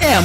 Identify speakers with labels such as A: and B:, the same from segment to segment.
A: M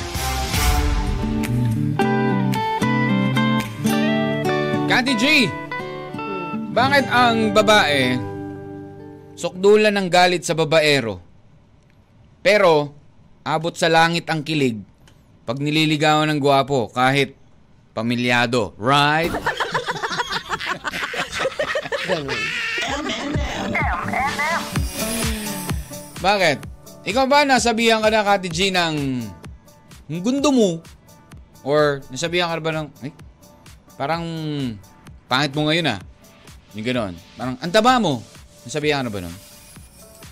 B: Kati G! Bakit ang babae sukdulan ng galit sa babaero? Pero abot sa langit ang kilig pag nililigawan ng gwapo kahit pamilyado, right? Bakit? Ikaw ba nasabihan ka na, Kati G, ng ng gundo mo? Or nasabihan ka na ba ng, ay, parang pangit mo ngayon ah. Yung ganon. Parang, ang taba mo. Nasabihan ka na ba nun?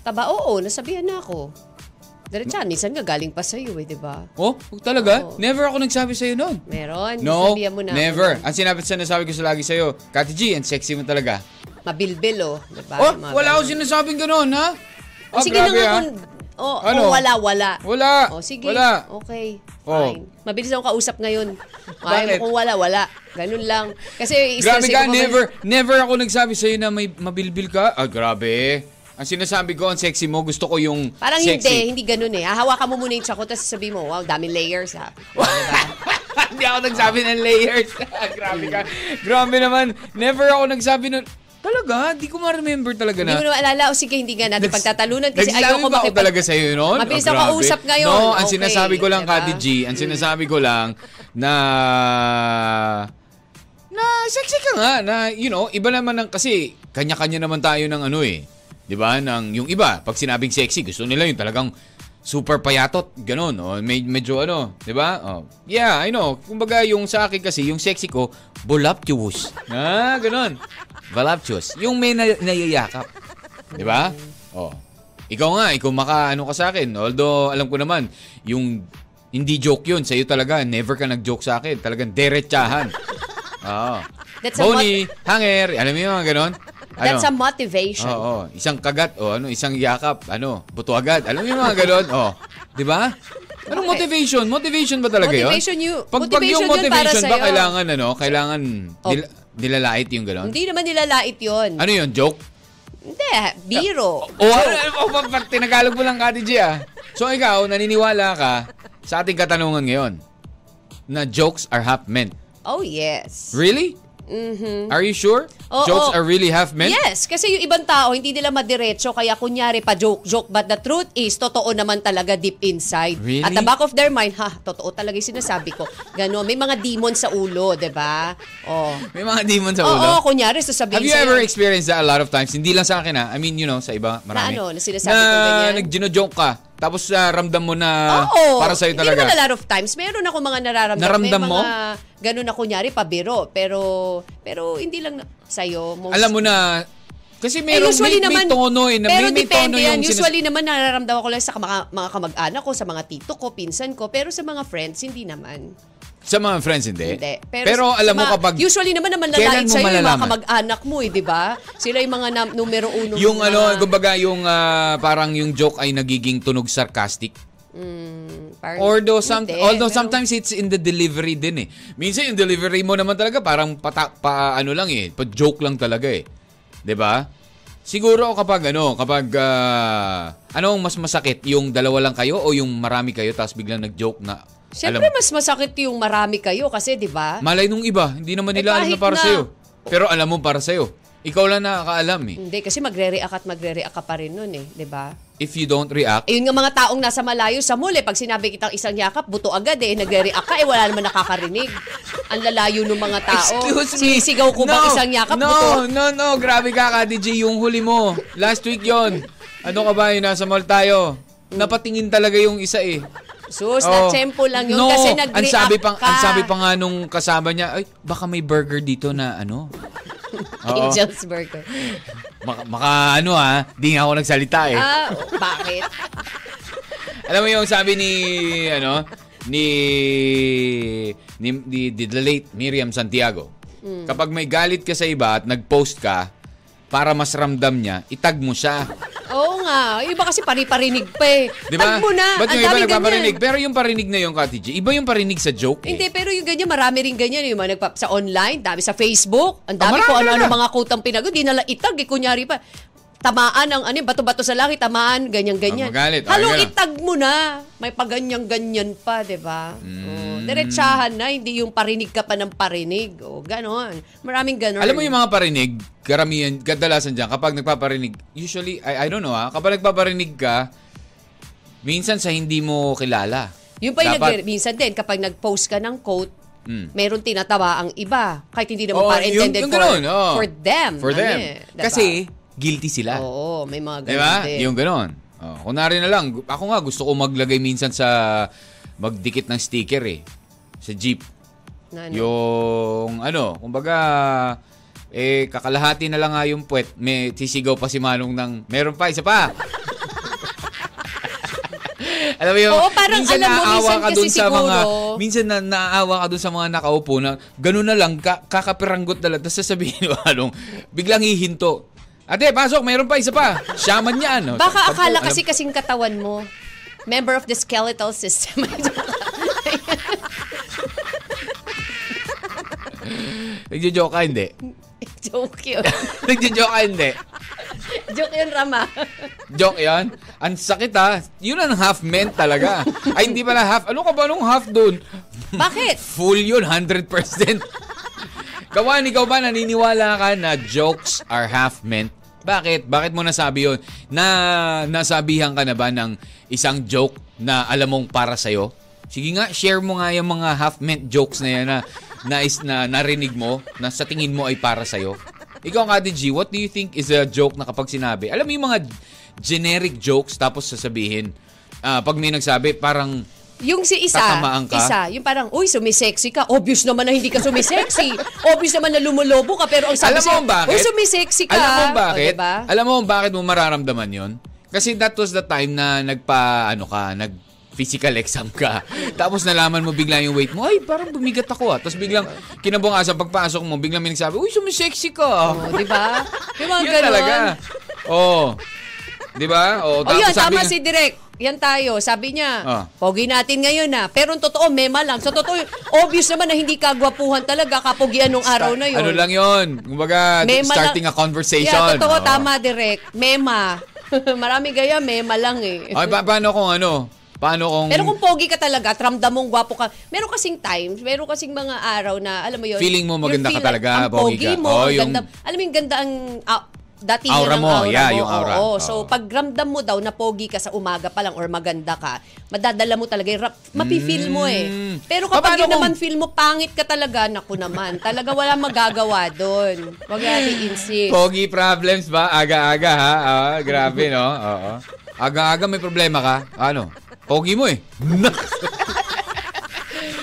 C: Taba, oo, nasabihan na ako. Diretsahan, minsan nga galing pa sa'yo eh, di ba?
B: Oh, huwag talaga?
C: Oo.
B: Never ako nagsabi sa'yo nun.
C: Meron,
B: No,
C: nasabihan mo na. ako
B: never.
C: nun.
B: Ang sinabi sa nasabi ko sa lagi sa'yo, Kati G, ang sexy mo talaga.
C: Mabilbil, oh. Di ba?
B: oh,
C: Yung mga
B: wala
C: ganun.
B: akong sinasabing ganun, ha?
C: Oh,
B: Ah,
C: sige na
B: grabe,
C: nga
B: ah.
C: kung... Oh,
B: Ano?
C: oh, wala, wala.
B: Wala.
C: Oh, sige.
B: Wala.
C: Okay.
B: Oh.
C: Fine. Mabilis ako kausap ngayon.
B: Bakit?
C: Ay, kung wala, wala. Ganun lang. Kasi
B: Grabe ka,
C: isa-isa ko pa-
B: never, never ako nagsabi sa'yo na may mabilbil ka. Ah, grabe. Ang sinasabi ko, ang sexy mo, gusto ko yung
C: Parang
B: sexy.
C: hindi, hindi ganun eh. Hahawakan mo muna yung tsako, tapos sabi mo, wow, daming layers ah. ha.
B: Diba? Hindi ako nagsabi ng layers. Grabe ka. Grabe naman. Never ako nagsabi ng... Talaga? Di ko ma-remember talaga
C: Hindi
B: na.
C: mo na maalala, o sige, hindi nga natin
B: Nags-
C: pagtatalunan kasi
B: nagsabi
C: ayoko
B: ba ako
C: makipag...
B: talaga sa'yo noon?
C: Mabilis
B: Ah,
C: ako
B: grabe.
C: kausap ngayon.
B: No, ang
C: Okay,
B: sinasabi ko lang,
C: diba?
B: Kati G, ang sinasabi ko lang na... Na sexy ka nga, na you know, iba naman ang kasi kanya-kanya naman tayo ng ano eh. 'Di ba? Nang yung iba, pag sinabing sexy, gusto nila yung talagang super payatot, ganun, o may, medyo ano, 'di ba? Oh. Yeah, I know. Kumbaga yung sa akin kasi, yung sexy ko, voluptuous. Ah, ganun. Voluptuous. Yung may na- nayayakap. 'Di ba? Oh. Ikaw nga, ikaw makaano ka sa akin. Although alam ko naman, yung hindi joke 'yun sa iyo talaga. Never ka nag-joke sa akin. Talagang derechahan. Oo.
C: That's a
B: Bony, hanger, alam mo yung mga ganon?
C: That's a
B: Ano?
C: motivation.
B: Oo, oo. isang kagat, o ano, isang yakap, ano, buto agad. Alam mo yung mga ganon? Oh, di ba? Anong
C: Bakit?
B: motivation? Motivation ba talaga yun?
C: Motivation you-
B: Pag, pag
C: motivation
B: yung
C: yun para
B: motivation ba,
C: sa'yo.
B: kailangan ano, kailangan
C: Oh.
B: nil- nilalait yung ganon?
C: Hindi naman nilalait yun.
B: Ano yun, joke?
C: Hindi, biro.
B: O, ano, oh, pag, pag tinagalog mo lang, Kati G, ah. So, ikaw, naniniwala ka sa ating katanungan ngayon na jokes are half meant.
C: Oh, yes.
B: Really? Mm-hmm. Are you sure?
C: Oo.
B: jokes are really half meant?
C: Oh, Yes, kasi yung ibang tao, hindi nila madiretso, kaya kunyari pa joke-joke. But the truth is, totoo naman talaga deep inside.
B: Really?
C: At the back of their mind, ha, totoo talaga yung sinasabi ko. Ganon, may mga demon sa ulo, di ba? Oh.
B: May mga demon sa
C: Oo,
B: ulo.
C: kunyari, sasabihin
B: Have you
C: sa'yo,
B: ever experienced that a lot of times? Hindi lang sa akin ha. I mean, you know, sa iba, marami.
C: ano, na sinasabi
B: na,
C: kong ganyan?
B: nag-joke ka. Tapos ah, ramdam mo na
C: Oo.
B: para sa'yo
C: Hindi naman a
B: talaga.
C: lot of times. Meron ako mga nararamdaman.
B: Naramdam
C: May
B: mo?
C: mga ganun na kunyari, pabiro. Pero, pero hindi lang na, sa'yo. Most,
B: Alam mo na, kasi
C: Eh,
B: meron, may, may tono eh. Na,
C: pero
B: may, may tono
C: depende yan.
B: yung sinas-
C: Usually naman nararamdaman ko lang sa mga, mga kamag-anak ko, sa mga tito ko, pinsan ko. Pero sa mga friends, hindi naman.
B: Sa mga friends, hindi.
C: Hindi.
B: Eh, Pero,
C: sa-
B: alam
C: sa
B: mo
C: mga-
B: kapag...
C: Usually naman naman
B: Kailan
C: lalait
B: mo
C: sa'yo yung mga
B: malalaman?
C: kamag-anak mo eh, di ba? Sila yung mga nam- numero uno.
B: Yung
C: mga-
B: ano, kumbaga yung ah, parang yung joke ay nagiging tunog sarcastic.
C: Mm, parang-
B: Although, some,
C: Hindi,
B: although
C: pero-
B: sometimes it's in the delivery din eh. Minsan yung delivery mo naman talaga parang pata, pa ano lang eh, pa joke lang talaga eh. 'Di ba? Siguro kapag ano, kapag ah, ano ang mas masakit, yung dalawa lang kayo o yung marami kayo tapos biglang nag-joke na
C: Siyempre,
B: alam,
C: mas masakit yung marami kayo kasi, di ba?
B: malay nung iba, hindi naman
C: Eh,
B: nila alam
C: kahit
B: na para
C: na-
B: sa iyo. Pero alam mo para sa iyo. Ikaw lang nakakaalam eh.
C: Hindi, kasi magre-react at magre-react ka pa rin nun eh, di ba?
B: If you don't react,
C: Ayun nga mga taong nasa malayo sa muli, pag sinabi kitang isang yakap, buto agad eh, nagre-react ka, eh wala naman nakakarinig. Ang lalayo ng mga tao.
B: Excuse me.
C: Sinisigaw
B: no,
C: ko bang isang yakap,
B: no,
C: buto?
B: No, no, Grabe ka, Kati G. Yung huli mo. Last week yon. Ano ka ba? Yung nasa mall tayo. Napatingin talaga yung isa eh. Oo.
C: Sus, na-tempo lang yun
B: no,
C: kasi nag-react
B: ang sabi pa,
C: ka.
B: Ang sabi pa nga nung kasama niya, ay, baka may burger dito na ano. Oo. Eh.
C: Angel's Burger.
B: Maka, maka ano ha, di nga ako nagsalita eh.
C: Ah, bakit?
B: Alam mo yung sabi ni ano ni ni, ni, ni the late Miriam Santiago.
C: Hmm.
B: Kapag may galit ka sa iba at nag-post ka, para mas ramdam niya, itag mo siya.
C: Oo nga. Yung Iba kasi pari-parinig pa eh.
B: Di ba?
C: Tag mo na.
B: Ba't
C: Ang
B: yung iba
C: daming
B: nagpaparinig?
C: ganyan.
B: Pero yung parinig na yun, Kati G, iba yung parinig sa joke eh.
C: Hindi, pero yung ganyan, marami rin ganyan. Yung mga nagpa- sa online, dami sa Facebook. Ang
B: Ah,
C: dami
B: marami
C: ko ano-ano
B: na.
C: mga kutang pinago. Di nalang itag. Eh, kunyari pa, tamaan ang ano, yung bato-bato sa langit, tamaan,
B: Ang Ah,
C: ganyan-ganyan.
B: magalit. Ang
C: Halo,
B: ganyan.
C: itag mo na. May paganyan-ganyan pa, di ba? Oh,
B: Mm.
C: diretsahan na, hindi yung parinig ka pa ng parinig. O, ganon. Maraming ganon.
B: Alam mo yung mga parinig, karamihan, kadalasan dyan, kapag nagpaparinig, usually, I, I don't know ha, kapag nagpaparinig ka, minsan sa hindi mo kilala.
C: Yung pa yung
B: Dapat-
C: nag- minsan din, kapag nag-post ka ng quote,
B: Mm.
C: meron tinatawa ang iba. Kahit hindi naman
B: Oo,
C: para
B: Oh, yung-
C: intended
B: yung
C: for,
B: ganun, oo.
C: for them.
B: For
C: ano
B: them.
C: eh, diba?
B: Kasi, guilty sila.
C: Oo, may mga ganun
B: Di ba?
C: din.
B: Yung ganun. Oh, kunwari na lang, gu- ako nga gusto ko maglagay minsan sa magdikit ng sticker eh. Sa jeep.
C: Na ano.
B: Yung ano, kumbaga eh kakalahati na lang nga yung puwet. May sisigaw pa si Manong ng meron pa isa pa. alam mo yung,
C: Oo, parang
B: minsan
C: alam mo,
B: naaawa
C: minsan
B: ka
C: kasi
B: dun sa mga,
C: siguro-
B: minsan na, naaawa ka dun sa mga nakaupo na ganun na lang, ka, kakapiranggot na lang. Tapos sasabihin ni Manong, biglang hihinto. Ate, pasok, meron pa isa pa. Shaman niya, ano? Sabi ko,
C: Baka akala
B: alam-
C: kasi kasing katawan mo. Member of the skeletal system.
B: Nagjo-joke ka, hindi.
C: Joke yun.
B: Nagjo-joke ka, hindi.
C: Joke yun, Rama.
B: Joke yan. Ang sakit ha. Yun ang half meant talaga. Ay, hindi pala half. Ano ka ba nung half dun?
C: Bakit?
B: Full yun, 100%. Kawan, ikaw ba naniniwala ka na jokes are half meant? Bakit? Bakit mo nasabi yun? Na nasabihan ka na ba ng isang joke na alam mong para sa'yo? Sige nga, share mo nga yung mga half meant jokes na yan na, na, is, na narinig mo, na sa tingin mo ay para sa'yo. Ikaw, Kati G, what do you think is a joke na kapag sinabi? Alam mo yung mga generic jokes tapos sasabihin, ah, pag may nagsabi, parang
C: Yung si isa,
B: Tatamaan ka?
C: isa, yung parang, uy, sumisexy ka. Obvious naman na hindi ka sumisexy. Obvious naman na lumulobo ka, pero ang sabi
B: Alam mo
C: sa'yo,
B: kung bakit?
C: uy, sumisexy ka.
B: Alam mo kung bakit?
C: O, diba?
B: Alam mo kung bakit mo mararamdaman yon? Kasi that was the time na nagpa, ano ka, nag physical exam ka. Tapos nalaman mo bigla yung weight mo, ay parang bumigat ako ah. Tapos biglang kinabukasan pagpasok mo, biglang may nagsabi, uy sumisexy ka. ah."
C: O, diba? Yung mga
B: Yun
C: ganun.
B: talaga. Oo. Di ba? Oo,
C: O Oh, yun,
B: sabi
C: tama
B: niya-
C: si Direk. Yan tayo. Sabi niya,
B: Ah.
C: pogi natin ngayon na. Pero ang totoo, mema lang. Sa totoo, obvious naman na hindi kagwapuhan talaga kapogian nung araw na yun.
B: Ano lang yun? Kumbaga,
C: Mema
B: starting a
C: lang-
B: conversation.
C: Yeah, totoo,
B: Oo.
C: tama, Direk. Mema. Marami gaya, mema lang eh.
B: Ay, pa- paano kung ano? Paano kung...
C: Pero kung pogi ka talaga, at ramdam mong gwapo ka. Meron kasing times, meron kasing mga araw na, alam mo yun.
B: Feeling mo
C: yung
B: maganda ka
C: feel
B: talaga,
C: ang pogi
B: pogi ka.
C: mo,
B: Oh,
C: ang
B: yung-
C: ganda. Alam mo yung ganda ang ah, datingan
B: Aura
C: ng
B: mo,
C: aura
B: yeah,
C: mo.
B: yung aura. Oo.
C: Oo, So, pag ramdam mo daw na pogi ka sa umaga pa lang or maganda ka, madadala mo talaga yung rap, mapifeel mo eh.
B: Mm.
C: Pero kapag
B: Paano
C: yun
B: kung-
C: naman feel mo, pangit ka talaga, naku naman. Talaga wala magagawa doon. Huwag natin insist.
B: Pogi problems ba? Aga-aga ha? Ah, grabe no? Oo. Aga-aga may problema ka? Ano? Pogi mo eh.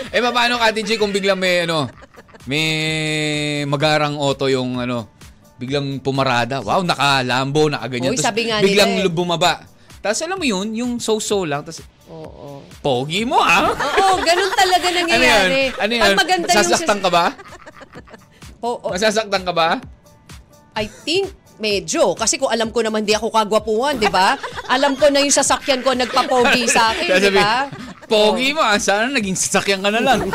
B: eh paano Ate G kung biglang may ano, may magarang auto yung ano, biglang pumarada. Wow, nakalambo, nakaganyan.
C: Uy,
B: Tapos
C: sabi nga nila
B: Biglang
C: eh.
B: bumaba. Tapos alam mo yun, yung so-so lang. Tapos,
C: Oo.
B: pogi mo ah!
C: Oo, ganun talaga
B: Ano yun?
C: nangyayari.
B: Ano yun?
C: Pag maganda yung...
B: Masasaktan ka ba?
C: Po- oo.
B: Masasaktan ka ba?
C: I think medyo. Kasi kung alam ko naman di ako kagwapuhan, di ba? Alam ko na yung sasakyan ko nagpapogi sa akin, di
B: Sasabi,
C: ba?
B: Pogi mo, ah. sana naging sasakyan ka na lang.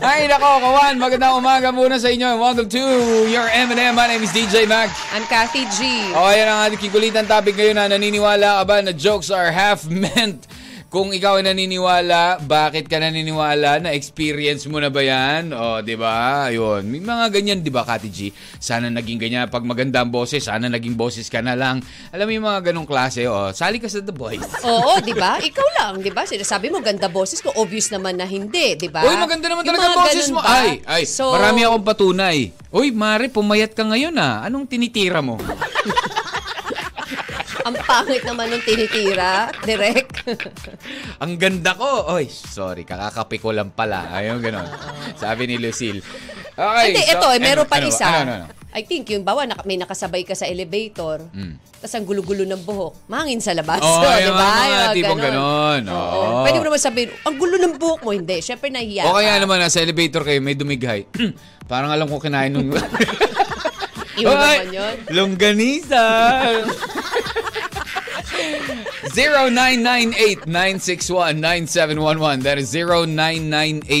B: Ay, nako, kawan. Magandang umaga muna sa inyo. Welcome to your M&M. My name is DJ Mac.
C: I'm Kathy G.
B: O, yan ang ating kikulitan topic ngayon na naniniwala ka ba na jokes are half meant? Kung ikaw ay naniniwala, bakit ka naniniwala? Na-experience mo na ba yan? O, di ba? Yun. May mga ganyan, di ba, Kati G? Sana naging ganyan. Pag maganda ang boses, sana naging boses ka na lang. Alam mo yung mga ganong klase, o. Sali ka sa The Voice.
C: Oo, di ba? Ikaw lang, di ba? Sinasabi mo, ganda boses ko. Obvious naman na hindi, di ba?
B: Uy, maganda naman
C: Ah, Yung
B: talaga
C: mga
B: boses
C: ganun
B: mo.
C: ba?
B: Ay, ay,
C: So,
B: marami akong patunay. Uy, Mare, pumayat ka ngayon ah. Anong tinitira mo?
C: Ang pangit naman nung tinitira, direct.
B: Ang ganda ko. Oy, sorry, kakakape ko lang pala. Ayun, ganon. Sabi ni Lucille. Okay,
C: Hindi, eto, eh, meron pa
B: ano,
C: isa.
B: Ano, ano, ano?
C: I think yung bawa, naka, may nakasabay ka sa elevator, tas ang gulo-gulo ng buhok, mahangin sa labas.
B: Oo,
C: di
B: Hmm. Oh, yung
C: ba?
B: mga
C: Yung
B: tipong ganon.
C: Oo.
B: Oo.
C: Pwede mo naman sabihin, ang gulo ng buhok mo, hindi. Siyempre nahiya
B: O kaya
C: ka.
B: naman, nasa elevator kayo, may dumighay. Parang alam ko kinain nung...
C: Iwan
B: Ay,
C: naman yun.
B: Longganisa! 0998-961-9711. That is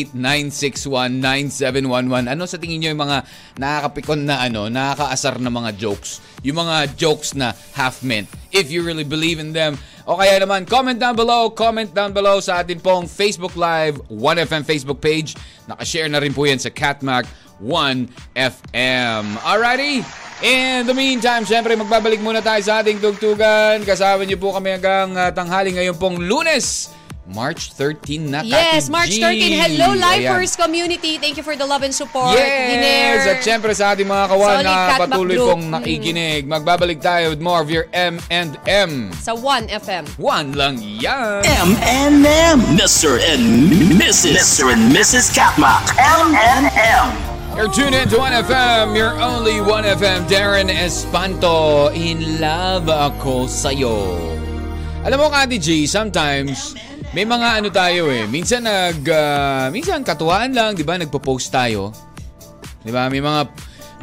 B: 0998-961-9711. Ano sa tingin nyo yung mga nakakapikon na ano, nakakaasar na mga jokes? Yung mga jokes na half-meant. If you really believe in them. O kaya naman, comment down below, comment down below sa atin pong Facebook Live 1FM Facebook page. Nakashare na rin po yan sa Catmac 1FM. Alrighty? In the meantime, syempre magbabalik muna tayo sa ating tugtugan. Kasama niyo po kami hanggang ah, tanghali ngayon pong lunes. March 13 na, Kati
C: Yes, March
B: G.
C: 13. Hello,
B: Ayan.
C: Lifers community. Thank you for the love and support.
B: Yes!
C: Diner.
B: At syempre sa ating mga kawan
C: Solid
B: na
C: Catmac
B: patuloy
C: group.
B: pong nakikinig. Magbabalik tayo with more of your M&M.
C: Sa 1FM.
B: One lang yan!
A: M and M. Mr. and Mrs. Mr. and Mrs. Katmak.
D: M and M.
B: You're tuned in to 1FM, your only 1FM, Darren Espanto. In love ako sa'yo. Alam mo, Kati G, sometimes may mga ano tayo eh. Minsan nag, ah, minsan katuwaan lang, di ba? Nagpo-post tayo. Di ba? May mga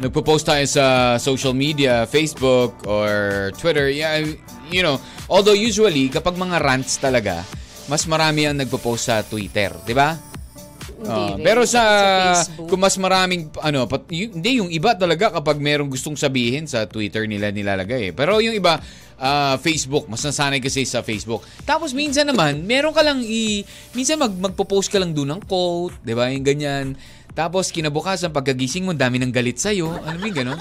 B: nagpo-post tayo sa social media, Facebook or Twitter. Yeah, you know, although usually kapag mga rants talaga, mas marami ang nagpo-post sa Twitter, di ba?
C: Hindi
B: Ah,
C: rin.
B: pero sa,
C: Facebook.
B: kung mas maraming ano, pat, y- hindi yung iba talaga kapag merong gustong sabihin sa Twitter nila nilalagay eh. Pero yung iba ah, Facebook, mas nasanay kasi sa Facebook. Tapos minsan naman, meron ka lang i minsan mag magpo-post ka lang doon ng quote, 'di ba? Yung ganyan. Tapos kinabukasan pagkagising mo, dami ng galit sa iyo. Ano yung ganun?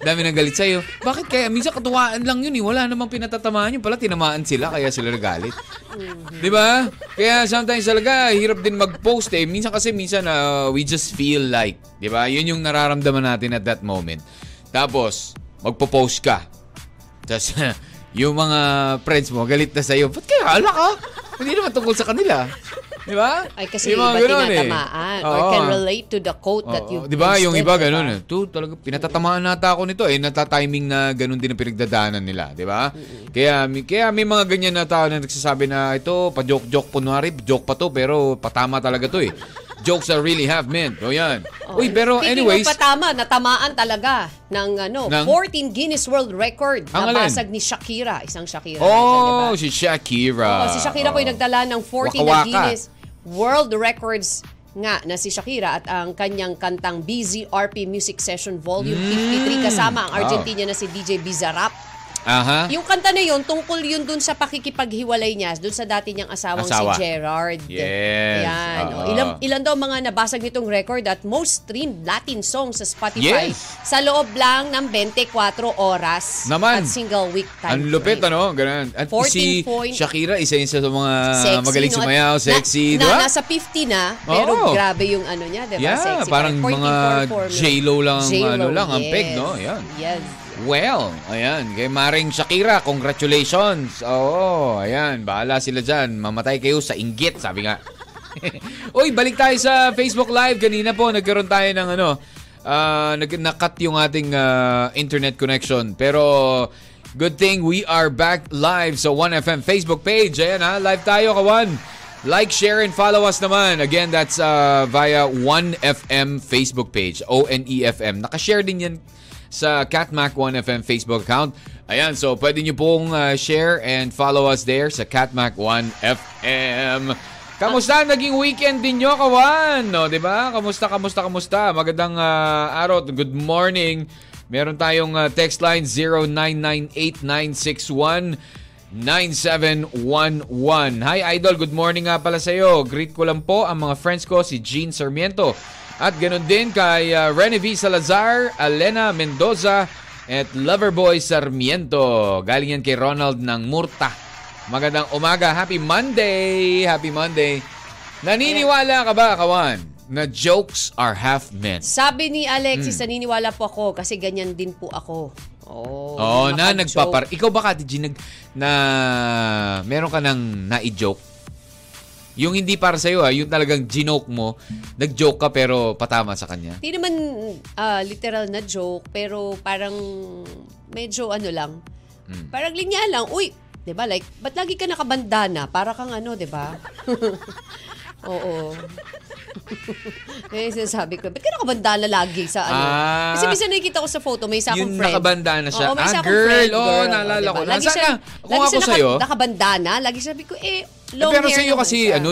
B: Dami ng galit sa'yo. Bakit kaya? Minsan katuwaan lang yun eh. Wala namang pinatatamaan yun. Pala tinamaan sila kaya sila nagalit. Di ba? Kaya sometimes talaga hirap din mag-post eh. Minsan kasi minsan ah, we just feel like. Di ba? Yun yung nararamdaman natin at that moment. Tapos, magpo-post ka. Tapos, yung mga friends mo, galit na sa'yo. Ba't kaya? Ala ka? Hindi naman tungkol sa kanila. Di ba?
C: Ay,
B: Yung
C: kasi iba
B: mga ganun eh.
C: tinatamaan or
B: Oo.
C: can relate to the quote that you
B: Oo, Di ba? Yung
C: posted,
B: iba
C: di ba?
B: ganun eh. To, talaga, pinatatamaan nata ako nito eh. Natatiming na ganun din ang pinagdadaanan nila. Di ba? Kaya, may- kaya may mga ganyan na tao na nagsasabi na ito, pa-joke-joke kunwari, joke pa to, pero patama talaga to eh. Jokes are really half meant. O yan.
C: Oh,
B: Uy, pero
C: speaking
B: anyways,
C: of patama, natamaan talaga ng ano,
B: Ng-
C: 14 Guinness World Record
B: Ang
C: na
B: alin?
C: basag ni Shakira, isang Shakira.
B: oh,
C: diba?
B: si Shakira.
C: Oo, si Shakira po
B: Oo.
C: yung nagdala ng 14 na
B: Waka-waka.
C: Guinness World Records nga na si Shakira at ang kanyang kantang BZRP Music Session Volume 53 kasama ang
B: Mm. Wow.
C: Argentina na si DJ Bizarrap.
B: Aha.
C: Yung kanta na yun, tungkol yun dun sa pakikipaghiwalay niya dun sa dati niyang asawang
B: Asawa.
C: si Gerard.
B: Yes. Uh-huh.
C: Yan.
B: Oo.
C: O, Ilan, ilan daw mga nabasag nitong record at most streamed Latin song sa Spotify
B: Yes.
C: sa loob lang ng 24 oras
B: Naman.
C: at single week
B: Ang
C: time.
B: lupit,
C: frame.
B: ano? Ganun. At
C: 14
B: si
C: point-
B: Shakira, isa yun sa mga
C: Sexy,
B: ah, magaling
C: no? At
B: sumayaw,
C: na-
B: sexy,
C: na,
B: di ba?
C: nasa 50 na, pero
B: Oo.
C: grabe yung ano niya, di ba?
B: Yeah,
C: sexy.
B: parang
C: pa rin. 14
B: mga
C: performance.
B: J-Lo lang,
C: J-Lo,
B: ano lang, ang
C: yes.
B: peg, no? Yan.
C: Yes.
B: Well, ayan. Kay Maring Shakira, congratulations. Oo, ayan. Bahala sila dyan. Mamatay kayo sa inggit, sabi nga. Uy, balik tayo sa Facebook Live. Kanina po, nagkaroon tayo ng ano, ah, nag nakat yung ating ah, internet connection. Pero, good thing we are back live sa 1FM Facebook page. Ayan ha, live tayo, kawan. Like, share, and follow us naman. Again, that's ah, via 1FM Facebook page. O-N-E-F-M. Nakashare din yan sa Catmac 1FM Facebook account. Ayan, so pwede nyo pong uh, share and follow us there sa Catmac 1FM. Kamusta ang naging weekend din nyo, kawan? No, 'di ba? Kamusta, kamusta, kamusta? Magandang uh, araw. at Good morning. Meron tayong uh, text line 0998-961 9711. Hi Idol, good morning nga pala sa'yo. Greet ko lang po ang mga friends ko, si Gene Sarmiento. At ganun din kay uh, Renevie Salazar, Alena Mendoza, at Loverboy Sarmiento. Galing yan kay Ronald ng Murta. Magandang umaga. Happy Monday! Happy Monday. Naniniwala ka ba, kawan, na jokes are half meant?
C: Sabi ni Alexis,
B: Hmm.
C: naniniwala po ako kasi ganyan din po ako. Oh,
B: Oo,
C: yung
B: na
C: makapag-joke.
B: nagpapar... Ikaw ba, Kati G, nag, na, meron ka nang nai-joke? Yung hindi para sa'yo ha, yung talagang ginoke mo, nag-joke ka pero patama sa kanya.
C: Hindi naman ah, literal na joke, pero parang medyo ano lang.
B: Hmm.
C: Parang linya lang. Uy, 'di ba? Like, ba't lagi ka nakabandana? Para kang ano, 'di ba? Oo. Ngayon sinasabi ko, ba't ka nakabandana lagi sa ano?
B: Ah.
C: Kasi minsan nakikita ko sa photo, may isa akong
B: Yung
C: friend.
B: nakabandana siya.
C: Oo, may
B: Ah,
C: isa akong
B: girl.
C: friend,
B: Oo,
C: girl.
B: naalala
C: Oo,
B: ko.
C: Lagi
B: Nasaan
C: siya,
B: ka? Kung
C: lagi
B: ako
C: siya
B: sa'yo-
C: naka- nakabandana, lagi sabi ko, eh, long
B: pero
C: hair
B: sa'yo
C: naman
B: kasi,
C: siya.
B: ano,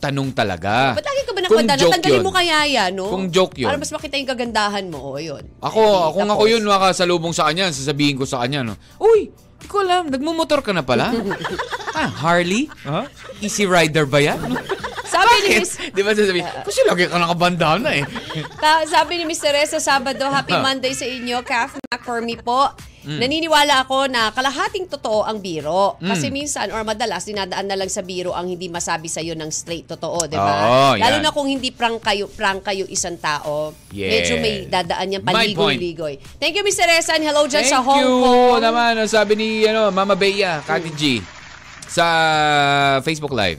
B: tanong talaga.
C: Ba't lagi
B: Ah.
C: ka ba
B: Kung
C: nakabandana?
B: joke
C: Tanggalin
B: yun.
C: mo kaya yan, no?
B: Kung joke yun. Ah,
C: Para mas makita yung kagandahan mo. O, yun.
B: Ako,
C: Eh,
B: ako nga
C: tapos.
B: ako yun, makasalubong sa kanya, sasabihin ko sa kanya, no, Uy, di ko alam, nagmumotor ka na pala? ah, Harley? Huh? Easy rider ba yan? Ano?
C: Sabi ni Miss,
B: di ba sasabihin, kasi lagi ka nakabandana eh.
C: ta- sabi ni Miss Teresa Sabado, Happy Monday sa inyo, Kaf Mac for me po.
B: Mm.
C: Naniniwala ako na kalahating totoo ang biro. Kasi minsan or madalas dinadaan na lang sa biro ang hindi masabi sa iyo ng straight totoo, 'di ba?
B: Oo, yan.
C: Lalo na kung hindi prank kayo, prank kayo isang tao.
B: Yes.
C: Medyo may dadaan yan
B: My point.
C: paligoy-ligoy. Thank you Miss Teresa and hello dyan
B: Thank
C: sa Hong
B: you
C: Kong.
B: naman. Ang Sabi ni ano, Mama Bea, Kati G, sa Facebook Live.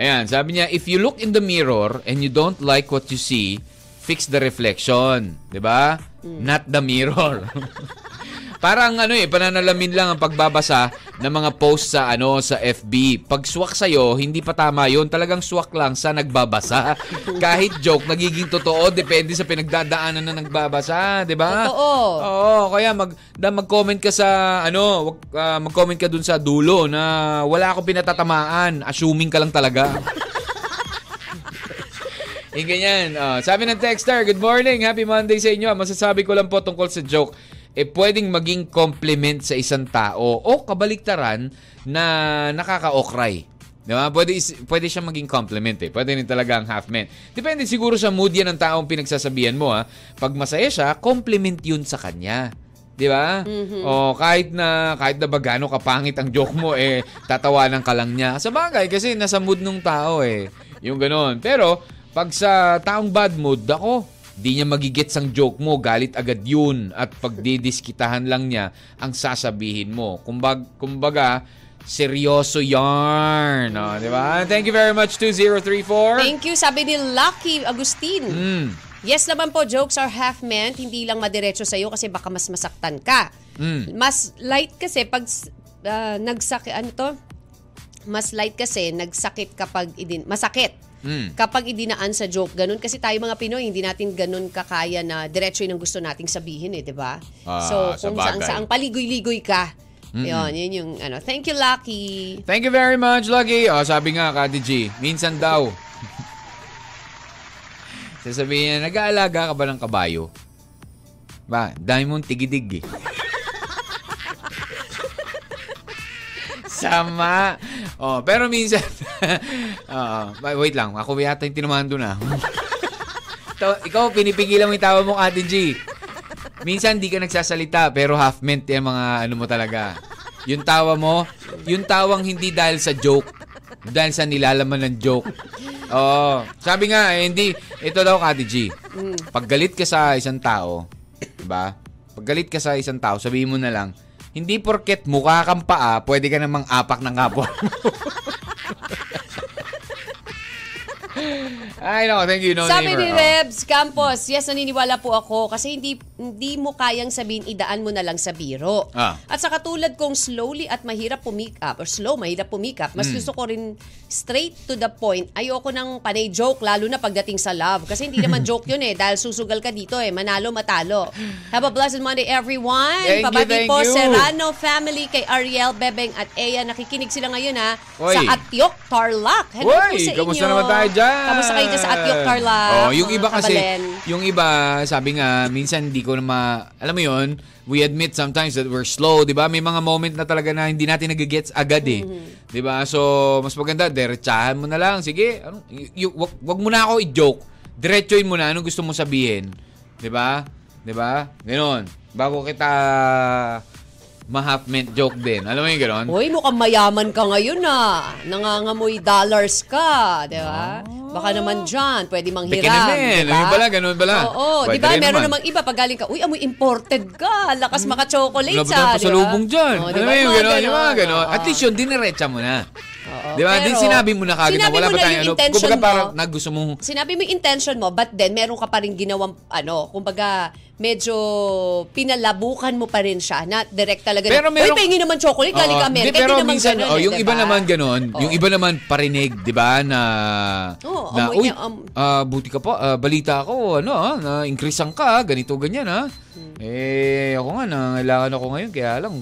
B: Ayan, sabi niya, if you look in the mirror and you don't like what you see, fix the reflection. 'Di ba?
C: Hmm.
B: Not the mirror. Parang ano eh, pananalamin lang ang pagbabasa ng mga post sa ano sa FB. Pag swak sa'yo, hindi pa tama yon Talagang swak lang sa nagbabasa. Kahit joke, nagiging totoo. Depende sa pinagdadaanan na nagbabasa. 'di ba?
C: Totoo.
B: Oo, kaya mag da mag-comment ka sa ano, wag, ah, mag-comment ka dun sa dulo na wala akong pinatatamaan, assuming ka lang talaga. Yung ganyan. oh. sabi ng texter, good morning, happy Monday sa inyo. Ah, Masasabi ko lang po tungkol sa joke. Eh, pwedeng maging compliment sa isang tao o kabaliktaran na nakaka-okray. Di ba? Pwede, is- pwede siya maging compliment eh. Pwede rin talagang half man. Depende siguro sa mood yan ng taong pinagsasabihan mo ha. Pag masaya siya, compliment yun sa kanya. Di ba? O kahit na kahit na ba gaano kapangit ang joke mo eh tatawanan ka lang niya. Sa bagay kasi nasa mood nung tao eh. Yung ganoon. Pero pag sa taong bad mood ako, di niya magigets ang joke mo, galit agad yun at pag didiskitahan lang niya ang sasabihin mo. Kumbag kumbaga seryoso yarn, O, di ba? Thank you very much 2034.
C: Thank you. Sabi ni Lucky Agustin.
B: Mm.
C: Yes naman po, jokes are half meant, hindi lang madiretso sa'yo kasi baka mas masaktan ka.
B: Mm.
C: Mas light kasi pag ah, nagsakit, ano to? Mas light kasi nagsakit kapag idin, masakit.
B: Mm.
C: Kapag idinaan sa joke, ganun. Kasi tayo mga Pinoy, hindi natin ganun kakaya na diretso yun ang gusto nating sabihin eh, di ba?
B: Ah,
C: so,
B: sa
C: kung
B: bagay.
C: saan-saan paligoy-ligoy ka. Yun, yun yung ano. Thank you, Lucky.
B: Thank you very much, Lucky. Oh, sabi nga, Kati G, minsan daw. Sasabihin niya, nag-aalaga ka ba ng kabayo? Ba, dami mong tigidig eh. Sama. Oh, pero minsan, Oo. wait lang, ako yata yung tinumahan doon ah. Ikaw- ikaw, pinipigilan mo yung tawa mo, Ate G. Minsan di ka nagsasalita pero half meant yan mga ano mo talaga. Yung tawa mo, yung tawang hindi dahil sa joke, dahil sa nilalaman ng joke. Oo. Sabi nga, eh, hindi, ito daw Kati G. Pag galit ka sa isang tao, 'di ba? Pag galit ka sa isang tao, sabihin mo na lang, hindi porket mukha kang paa, pwede ka namang apak ng kapwa mo." Ay, nako, thank you, no
C: Sabi
B: neighbor.
C: ni
B: Oh.
C: Rebs Campos, yes, naniniwala po ako kasi hindi hindi mo kayang sabihin, idaan mo na lang sa biro.
B: Ah.
C: At sa katulad kong slowly at mahirap pumikap, or slow, mahirap pumikap,
B: Hmm.
C: mas gusto ko rin straight to the point. Ayoko ng panay joke, lalo na pagdating sa love. Kasi hindi naman joke yun eh, dahil susugal ka dito eh, manalo, matalo. Have a blessed Monday everyone.
B: Thank you,
C: Pabati
B: thank
C: po,
B: you.
C: Serrano family, kay Ariel, Bebeng at Ea. Nakikinig sila ngayon ha,
B: Oy.
C: sa Atyok, Tarlac. Hello po
B: Hoy,
C: sa
B: kamusta
C: inyo.
B: naman tayo dyan?
C: Kamusta kayo dyan sa Atyok, Carla?
B: Oh, yung
C: Mga
B: iba kasi,
C: kabalen.
B: yung iba, sabi nga, minsan hindi ko na ma... Alam mo yun, we admit sometimes that we're slow, di ba? May mga moment na talaga na hindi natin nagigets agad eh.
C: Mm-hmm.
B: Di ba? So, mas maganda, diretsahan mo na lang. Sige, ano, y- y- wag, wag mo na ako i-joke. Diretsoin mo na anong gusto mo sabihin. Di ba? Di ba? Ganon. Bago kita ma-half meant joke din. Alam mo yung ganon?
C: Uy, mukhang mayaman ka ngayon ah. Nangangamoy dollars ka, di ba? Baka naman dyan, pwede manghiram.
B: Teka Ah. naman,
C: di ba?
B: yun pala, ganun pala.
C: Oo,
B: Pwede
C: di ba?
B: rin
C: Meron
B: naman.
C: namang iba, pag galing ka, uy, amoy imported ka, lakas maka-chocolate
B: Wala ba tayong pasalubong dyan?
C: Oo, di
B: Alam
C: ba?
B: mo yung
C: Oh, diba? Mga
B: gano'n, yung mga
C: ganon,
B: gano'n.
C: oo.
B: At least yun, diniretsa mo na. Diba?
C: Oo.
B: Di ba? Din
C: Pero,
B: sinabi mo na kagad na
C: sinabi
B: wala
C: mo
B: ba
C: na
B: tayong ano.
C: yung intention
B: Kumbaga
C: mo.
B: parang naggusto mong
C: Sinabi mo yung intention mo, but then meron ka pa rin ginawang, ano, kumbaga, medyo pinalabukan mo pa rin siya. Not direct talaga. na,
B: Pero meron-
C: Uy, pahingi naman chocolate, galing
B: Oo.
C: ka Amerika.
B: Hindi, pero
C: hindi naman
B: minsan,
C: ganun,
B: oh,
C: eh,
B: yung
C: diba?
B: iba naman ganun.
C: Oo.
B: Yung iba naman parinig, di ba, na,
C: Oo,
B: na
C: Oh, amoy
B: uy,
C: niya, um am-
B: ah, buti ka po, ah, balita ako, ano, ah, na increasean ka, ganito, ganyan, ha.
C: Hmm.
B: Eh, ako nga, nangailangan ako ngayon, kaya lang,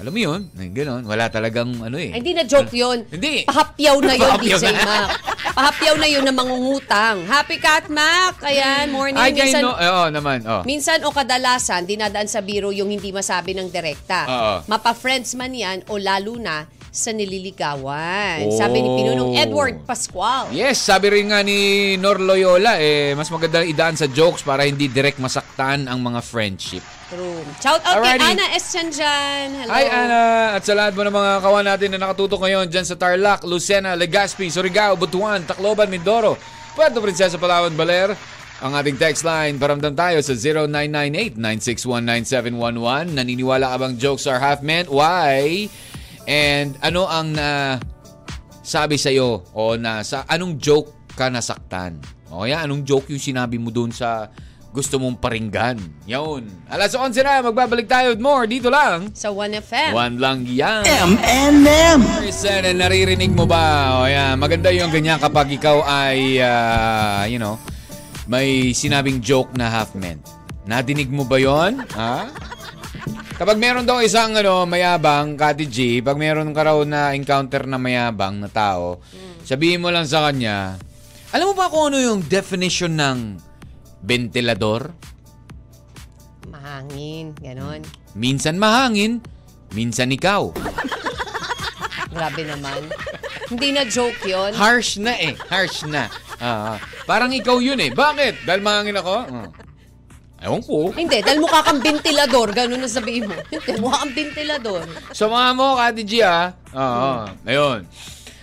B: alam mo yun, eh, ganun, wala talagang, ano eh.
C: Ay, Ah, Hindi na joke yun.
B: Hindi.
C: Pahapyaw na yun,
B: Pahapyaw
C: DJ
B: na.
C: Mac. Pahapyaw na yun na mangungutang. Happy Cat Mac! Ayan, morning.
B: Mm. Ay, kay
C: minsan,
B: no, eh, oo naman, oh.
C: Minsan o kadalasan, dinadaan sa biro yung hindi masabi ng direkta.
B: Oo.
C: Mapa-friends man yan o lalo na sa nililigawan.
B: Oh.
C: Sabi ni Pinunong Edward Pascual.
B: Yes, sabi rin nga ni Nor Loyola, eh, mas maganda idaan sa jokes para hindi direct masaktan ang mga friendship.
C: True. Shout out
B: Alrighty.
C: kay Ana Eschanjan. Hello.
B: Hi Ana! At sa lahat mo ng mga kawan natin na nakatutok ngayon dyan sa Tarlac, Lucena, Legazpi, Surigao, Butuan, Tacloban, Mindoro, Puerto Princesa, Palawan, Baler. Ang ating text line, paramdam tayo sa 0998-961-9711. Naniniwala ka bang jokes are half-meant? Why? And ano ang na sabi sa'yo o na sa anong joke ka nasaktan? O kaya anong joke yung sinabi mo doon sa gusto mong paringgan? Yun. Alas 11 na, magbabalik tayo with more dito lang
C: Sa 1FM.
B: One lang yan.
A: M&M.
B: Person, eh, naririnig mo ba? O yan, maganda yung ganyan kapag ikaw ay, ah, you know, may sinabing joke na half-meant. Nadinig mo ba yon? Ha? Kapag meron daw isang ano, mayabang, Kati G, pag meron ka raw na encounter na mayabang na tao, sabihin mo lang sa kanya, alam mo ba kung ano yung definition ng ventilador?
C: Mahangin. Ganon.
B: Minsan mahangin, minsan ikaw.
C: Grabe naman. hindi na joke yun.
B: Harsh na eh. Harsh na. Ah, parang ikaw yun eh. Bakit? Dahil mahangin ako? Uh. Ewan ko.
C: hindi, dahil mukha kang ventilador. Ganon na sabihin mo. Hindi, mukha kang ventilador.
B: Samahan mo, Kati G, ah. Oo. Ayun.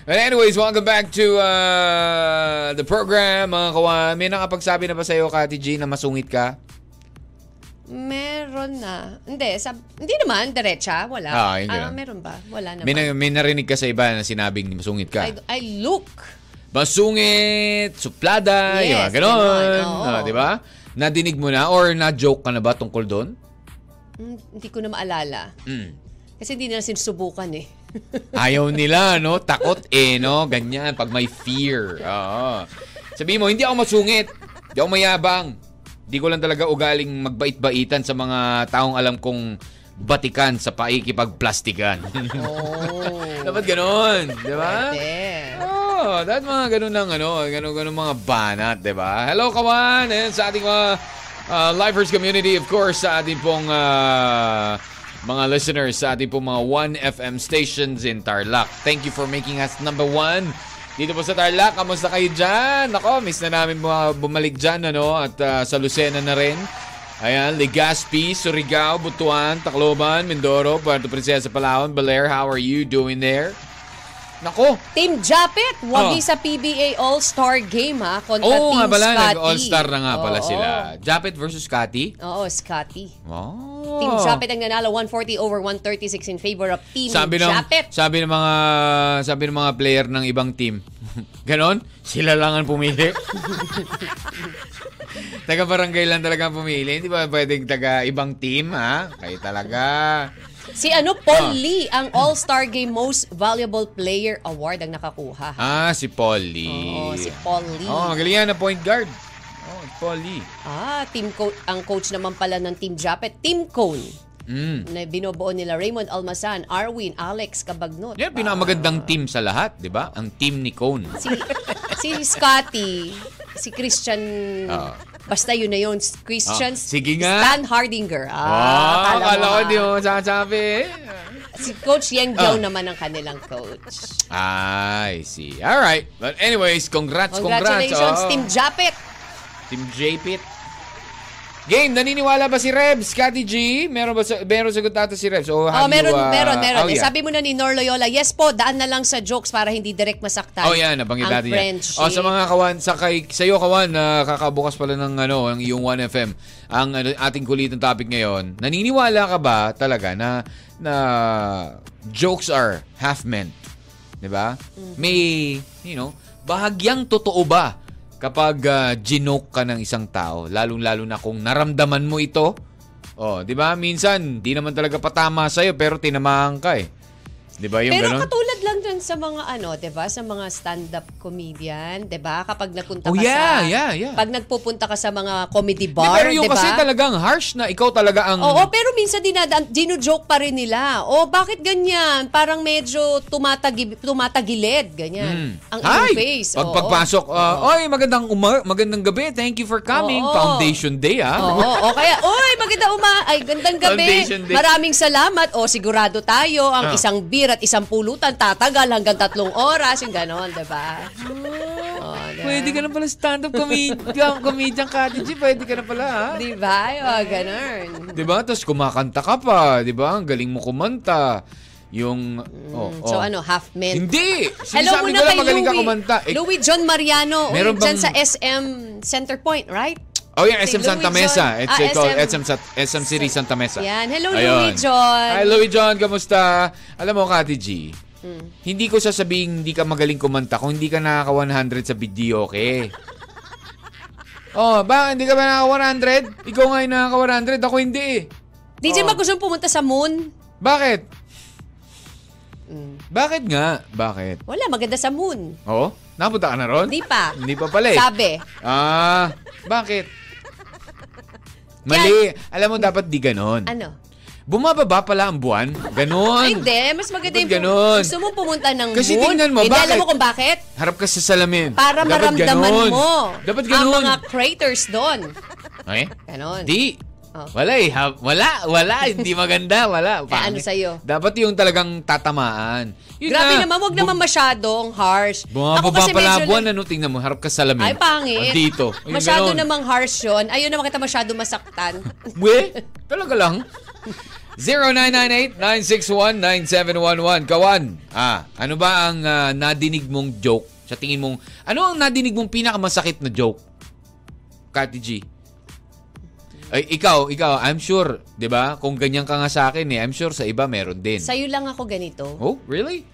B: And anyways, welcome back to uh, the program, mga kawa. May nakapagsabi na ba sa'yo, Kati G, na masungit ka?
C: Meron na. Hindi, sab- hindi naman. Diretsa. Wala.
B: Ah, hindi
C: Ah,
B: lang.
C: meron Ano ba? Wala naman.
B: May, na- may narinig ka sa iba na sinabing masungit ka?
C: I, I look.
B: Basungit, suplada,
C: Yes,
B: yung mga ganon.
C: ganon, oo.
B: Ah, di ba? Nadinig mo na or na-joke ka na ba tungkol doon?
C: Hmm, hindi ko na maalala.
B: Mm.
C: Kasi hindi nila sinusubukan eh.
B: Ayaw nila, no? Takot eh, no? Ganyan, pag may fear. Oo. Sabihin mo, hindi ako masungit. Hindi ako mayabang. Hindi ko lang talaga ugaling magbait-baitan sa mga taong alam kong batikan sa paikipagplastikan.
C: oh.
B: Dapat ganon, di ba?
C: Pwede.
B: Oh, dapat mga ganun lang, ano, ganun, ganun mga banat, di ba? Hello, kawan! And sa ating mga uh, Lifers community, of course, sa ating pong uh, mga listeners, sa ating pong mga 1FM stations in Tarlac. Thank you for making us number one dito po sa Tarlac. Kamusta kayo dyan? Ako, miss na namin mga bumalik dyan, ano, at uh, sa Lucena na rin. Ayan, Legazpi, Surigao, Butuan, Tacloban, Mindoro, Puerto Princesa, Palawan, Baler, how are you doing there? Nako,
C: Team Japet,
B: Oh.
C: wagi sa PBA All-Star Game ha, kontra
B: Oo nga
C: Team
B: pala,
C: Scotty.
B: nag-all-star na nga pala
C: Oo.
B: sila. Japet versus Cathy.
C: Oo, Scotty.
B: Oh.
C: Team Japet ang nanalo 140 over 136 in favor of Team
B: Sabi ng,
C: Japet.
B: sabi ng mga sabi ng mga player ng ibang team. Ganon? Sila lang ang pumili. taga barangay lang talaga ang pumili. Hindi ba pwedeng taga ibang team, ha? Kayo talaga.
C: Si ano,
B: Ah.
C: Paul Lee, ang All-Star Game Most Valuable Player Award ang nakakuha.
B: Ah, si Polly.
C: Oo, si Paul Lee.
B: Oh, magaling yan na point guard. Oh, Paul Lee.
C: Ah, team coach ang coach naman pala ng Team Japet, Team Cone.
B: Mm.
C: na binubuo nila Raymond Almasan, Arwin, Alex Cabagnot.
B: Yan, pinakamagandang team sa lahat, di ba? Ang team ni Cone.
C: Si, si Scotty, si Christian,
B: Oo.
C: basta yun na yun,
B: Ah,
C: Christian
B: sige nga.
C: Stan Hardinger. Ah,
B: Ah,
C: akala
B: akala
C: mo,
B: ko
C: ah.
B: di mo sasabi.
C: Si Coach Yang Giao
B: Ah.
C: naman ang kanilang coach.
B: I see. Alright. But anyways, congrats, ah. congrats.
C: Congratulations,
B: Oo.
C: Team Japet.
B: Team J-Pit. Game, naniniwala ba si Rebs, Kati G? Meron ba sa, meron sagot ata si Rebs? Oh,
C: Oh, meron, meron, meron. Eh, Sabi mo na ni Nor Loyola, yes po, daan na lang sa jokes para hindi direct masaktan.
B: Oh, yan, nabanggit
C: ang
B: natin yan.
C: friendship.
B: Oh, sa mga kawan, sa kay, sa'yo kawan, na kakabukas pala ng ano, ang iyong 1FM, ang ano, ating kulitang topic ngayon, naniniwala ka ba talaga na, na jokes are half meant? 'di ba?
C: Mm-hmm.
B: May you know, bahagyang totoo ba kapag ah, ginoke ka ng isang tao, lalong-lalo na kung naramdaman mo ito? Oh, 'di ba? Minsan di naman talaga patama sa pero tinamaan ka eh. 'Di ba yung
C: Pero
B: ganun?
C: katulad lang dun sa mga ano, 'di ba? Sa mga stand-up comedian, 'di ba? Kapag nagpunta
B: Oh,
C: ka
B: yeah,
C: sa
B: yeah, yeah.
C: Pag nagpupunta ka sa mga
B: Di,
C: comedy bar,
B: pero
C: 'di
B: yung kasi
C: ba?
B: talagang harsh na ikaw talaga ang
C: Oo, pero minsan dinadaan, dino-joke pa rin nila. O, bakit ganyan? Parang medyo tumatagib, tumatagilid, ganyan. Ang
B: Hmm. Hi!
C: iyong face.
B: Mm. Pag
C: Oo.
B: pagpasok, ah, oy, magandang uma- magandang gabi. Thank you for coming.
C: Oo.
B: Foundation Day, ah.
C: Oo, o kaya, oy, maganda uma, ay, gandang gabi.
B: Foundation day.
C: Maraming salamat. O, sigurado tayo,
B: Ah.
C: ang isang beer at isang pulutan tatagal hanggang tatlong oras, yung ganon, di ba? Oo, di ba?
B: Ah. Pwede ka na pala stand-up comedian, comedian Kati G. Pwede ka na pala, ha?
C: Di ba? Yung mga ganon.
B: Di ba? Tapos kumakanta ka pa, di ba? Ang galing mo kumanta. Yung, oh,
C: So
B: oh.
C: ano, half men.
B: Hindi!
C: Hello
B: Sinasabi
C: muna
B: ko lang
C: kay
B: magaling ka
C: Louie.
B: kumanta. Eh,
C: Louie John Mariano,
B: Meron
C: ulit dyan
B: bang-
C: sa SM Center Point, right?
B: oh, yeah,
C: si
B: SM Santa
C: Louie John.
B: Mesa. It's
C: Ah,
B: called SM,
C: SM
B: Sa- SM City Santa Mesa.
C: Yan. Hello,
B: Ayun.
C: Louie John.
B: Hi, Louie John. Kamusta? Alam mo, Kati G,
C: Hmm.
B: hindi ko sasabing hindi ka magaling kumanta kung hindi ka nakaka-100 sa video, okay? Oh, ba, hindi ka ba nakaka-100? Ikaw nga yung nakaka-100, ako hindi eh. Oh.
C: DJ Mac, gusto mong pumunta sa moon?
B: Bakit? Mm. Bakit nga? Bakit?
C: Wala, maganda sa moon.
B: Oo? Napunta ka na ron?
C: Hindi pa.
B: Hindi pa pala eh.
C: Sabi.
B: Ah, bakit? Mali. Alam mo, dapat di ganon.
C: Ano?
B: Bumababa pala ang buwan? Ganon.
C: Ay, hindi. Mas maganda
B: Ba't
C: yung... pu-
B: ganun?
C: Gusto mo pumunta ng
B: Kasi
C: moon?
B: tingnan mo,
C: Hindi,
B: bakit?
C: alam mo kung bakit?
B: Harap ka sa salamin.
C: Para
B: Dapat
C: maramdaman
B: ganon.
C: mo
B: Dapat
C: ang
B: ganon.
C: mga craters doon.
B: Okay?
C: Ganon.
B: Di.
C: Oh.
B: Wala eh. Ha- wala, wala. Hindi maganda. Wala. Pangit.
C: ano sa'yo?
B: Dapat yung talagang tatamaan. Yun
C: Grabe
B: na.
C: naman, wag naman masyadong harsh. Ako
B: Bumababa
C: kasi
B: pala
C: medyo
B: buwan, ano, tingnan mo, harap ka sa salamin.
C: Ay, pangit.
B: Ah, Dito. Ayun,
C: masyado
B: ganon.
C: namang harsh yun. Ayun naman kita masyado masaktan.
B: We? Talaga lang? 0998-961-9711. Kawan, ah, ano ba ang ah, nadinig mong joke? Sa tingin mong, ano ang nadinig mong pinakamasakit na joke? Kati G. Ay, ikaw, ikaw, I'm sure, di ba? Kung ganyan ka nga sa akin eh, I'm sure sa iba meron din.
C: Sa'yo lang ako ganito.
B: Oh, really?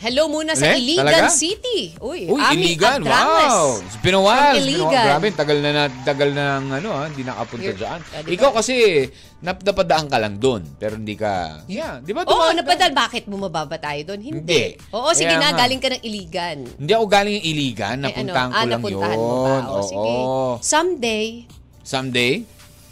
C: Hello muna sa
B: Eh,
C: Iligan
B: talaga?
C: City. Uy,
B: Uy,
C: Ami
B: Iligan.
C: Abdramas.
B: Wow. It's been a while. It's been
C: From
B: a while.
C: Iligan.
B: Grabe, tagal na, na tagal na ng ano, ha, hindi nakapunta
C: You're-
B: dyan.
C: Ah, di ba?
B: Ikaw kasi, nap- napadaan ka lang doon. Pero hindi ka... Yeah, di ba?
C: Oo,
B: tuma-
C: napadal. Bakit bumababa tayo doon? Hindi.
B: Hindi.
C: Oo, sige
B: Kaya
C: na,
B: nga.
C: galing ka ng Iligan.
B: Hindi ako galing yung Iligan.
C: Eh, ano?
B: Napuntahan ko
C: ah,
B: lang
C: napuntahan
B: yun.
C: mo ba? Oo,
B: Oo.
C: sige. Someday,
B: Someday.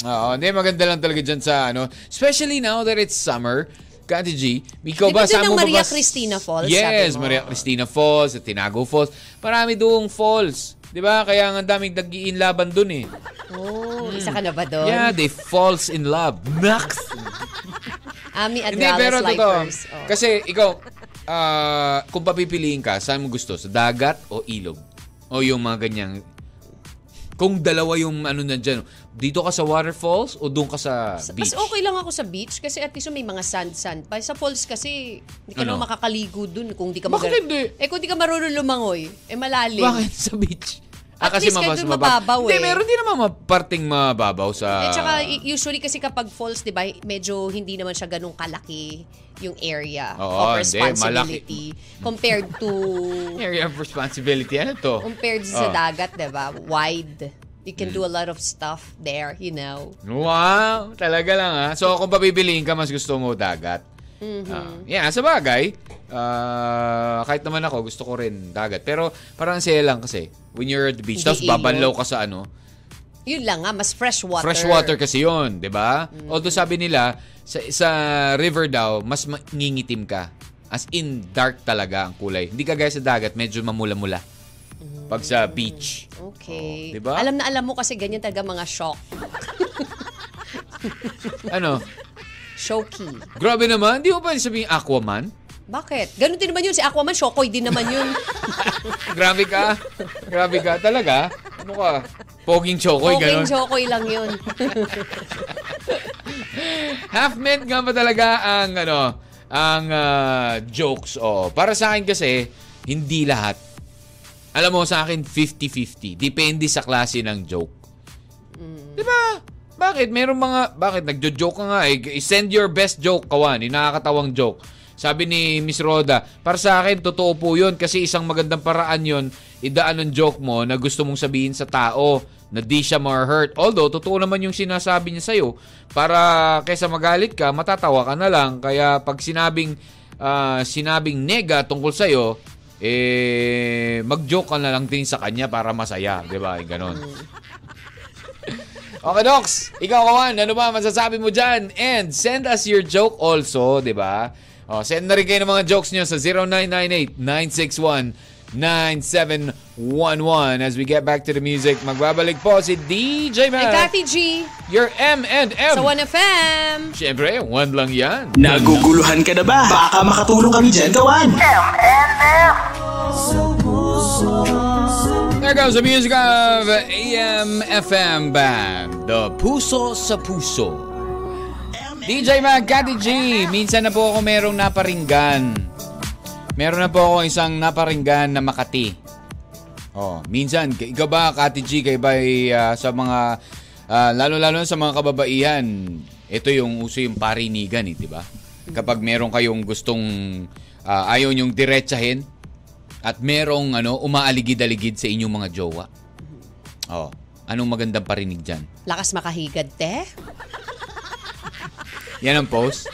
B: Oo, hindi, maganda lang talaga dyan sa ano. Especially now that it's summer. Kati G, ikaw
C: Di
B: ba
C: ba
B: sa
C: dyan ang
B: mo
C: Maria
B: ba-
C: Cristina Falls,
B: Yes,
C: sabi mo?
B: Maria Cristina Falls, at Tinago Falls. Marami doong falls. Di ba? Kaya nga daming dagiin laban dun eh.
C: oh, isa ka na ba doon?
B: Yeah, they falls in love. Naks!
C: Ami
B: Hindi,
C: Adramas
B: pero totoo.
C: Lifers. oh. Oo.
B: Kasi ikaw, ah, kung papipiliin ka, saan mo gusto? Sa dagat o ilog? O yung mga ganyang... Kung dalawa yung ano nandyan, dito ka sa waterfalls o doon ka sa beach?
C: Mas okay lang ako sa beach kasi at least may mga sand-sand pa. Sa falls kasi, hindi ka
B: Ano?
C: naman makakaligo dun kung di ka
B: Bakit
C: magar-
B: hindi?
C: Eh, kung di ka marunong lumangoy, eh malalim.
B: Bakit sa beach?
C: At least kahit
B: mabas-
C: doon
B: mababa-
C: mababaw
B: Hindi,
C: eh.
B: meron din naman ma- parting mababaw sa...
C: Eh, tsaka, i- usually kasi kapag falls, di ba, medyo hindi naman siya ganun kalaki yung area
B: Oo, hindi,
C: of responsibility compared to
B: Area of responsibility. Ano to?
C: compared
B: Oh. Mm.
C: sa dagat, di ba? Wide. You can do a lot of stuff there, you know.
B: Wow, talaga lang ha. So kung papipiliin ka, mas gusto mo dagat. Ah, yeah, sa bagay, ah, kahit naman ako, gusto ko rin dagat. Pero parang saya lang kasi, when you're at the beach, tapos
C: Hindi
B: babanlaw ka sa ano,
C: Yun lang nga, mas fresh water.
B: fresh water kasi yon di ba? Although sabi nila, sa, sa river daw, mas mangingitim ka. As in, dark talaga ang kulay. Hindi ka gaya sa dagat, medyo mamula-mula. Pag sa beach.
C: Okay.
B: Oh, di ba?
C: Alam na alam mo kasi ganyan talaga mga shock.
B: Ano?
C: Shoki.
B: Grabe naman, di mo ba sabihin Aquaman?
C: Bakit? Ganun din naman yun. Si Aquaman, shokoy din naman yun.
B: Grabe ka. Grabe ka. Talaga? Ano ka? Poging chokoy, ganun.
C: Poking shokoy lang yun.
B: Half meant nga ba talaga ang, ano, ang ah, jokes? Oh, para sa akin kasi, hindi lahat. Alam mo, sa akin, 50-50. Depende sa klase ng joke. Di ba? Bakit? Meron mga... Bakit? Nagjo-joke ka nga eh. Send your best joke, kawan. Yung nakakatawang joke. Sabi ni Miss Roda, para sa akin, totoo po yun kasi isang magandang paraan yun, idaan ng joke mo na gusto mong sabihin sa tao na di siya ma-hurt. Although, totoo naman yung sinasabi niya sa'yo. Para kaysa magalit ka, matatawa ka na lang. Kaya pag sinabing, ah, sinabing nega tungkol sa'yo, eh, mag-joke ka na lang din sa kanya para masaya. Di ba? Ganon. Okay, Docs. Ikaw, Kawan, ano ba masasabi mo dyan? And send us your joke also, di ba? O, send na rin kayo ng mga jokes nyo sa 0998-961-9711. As we get back to the music, magbabalik po si DJ
C: Ay,
B: Mac,
C: Kathy G,
B: your M&M.
C: sa 1FM.
B: Siyempre, one lang yan.
A: Naguguluhan ka na ba? Baka makatulong kami dyan, kawan.
B: There goes the music of AM/FM Band, The Puso sa Puso. DJ Mag, Kati G, minsan na po ako merong naparinggan. Meron na po ako isang naparinggan na Makati. Oh, minsan, k- ikaw ba, Kati G, kayo ba ay, ah, sa mga, ah, lalo-lalo sa mga kababaihan, ito yung uso yung parinigan, eh, di ba? Kapag meron kayong gustong, ah, ayaw niyong diretsahin, at merong ano, umaaligid-aligid sa inyong mga jowa. Oh, anong magandang parinig dyan?
C: Lakas makahigad, te.
B: Yan ang post.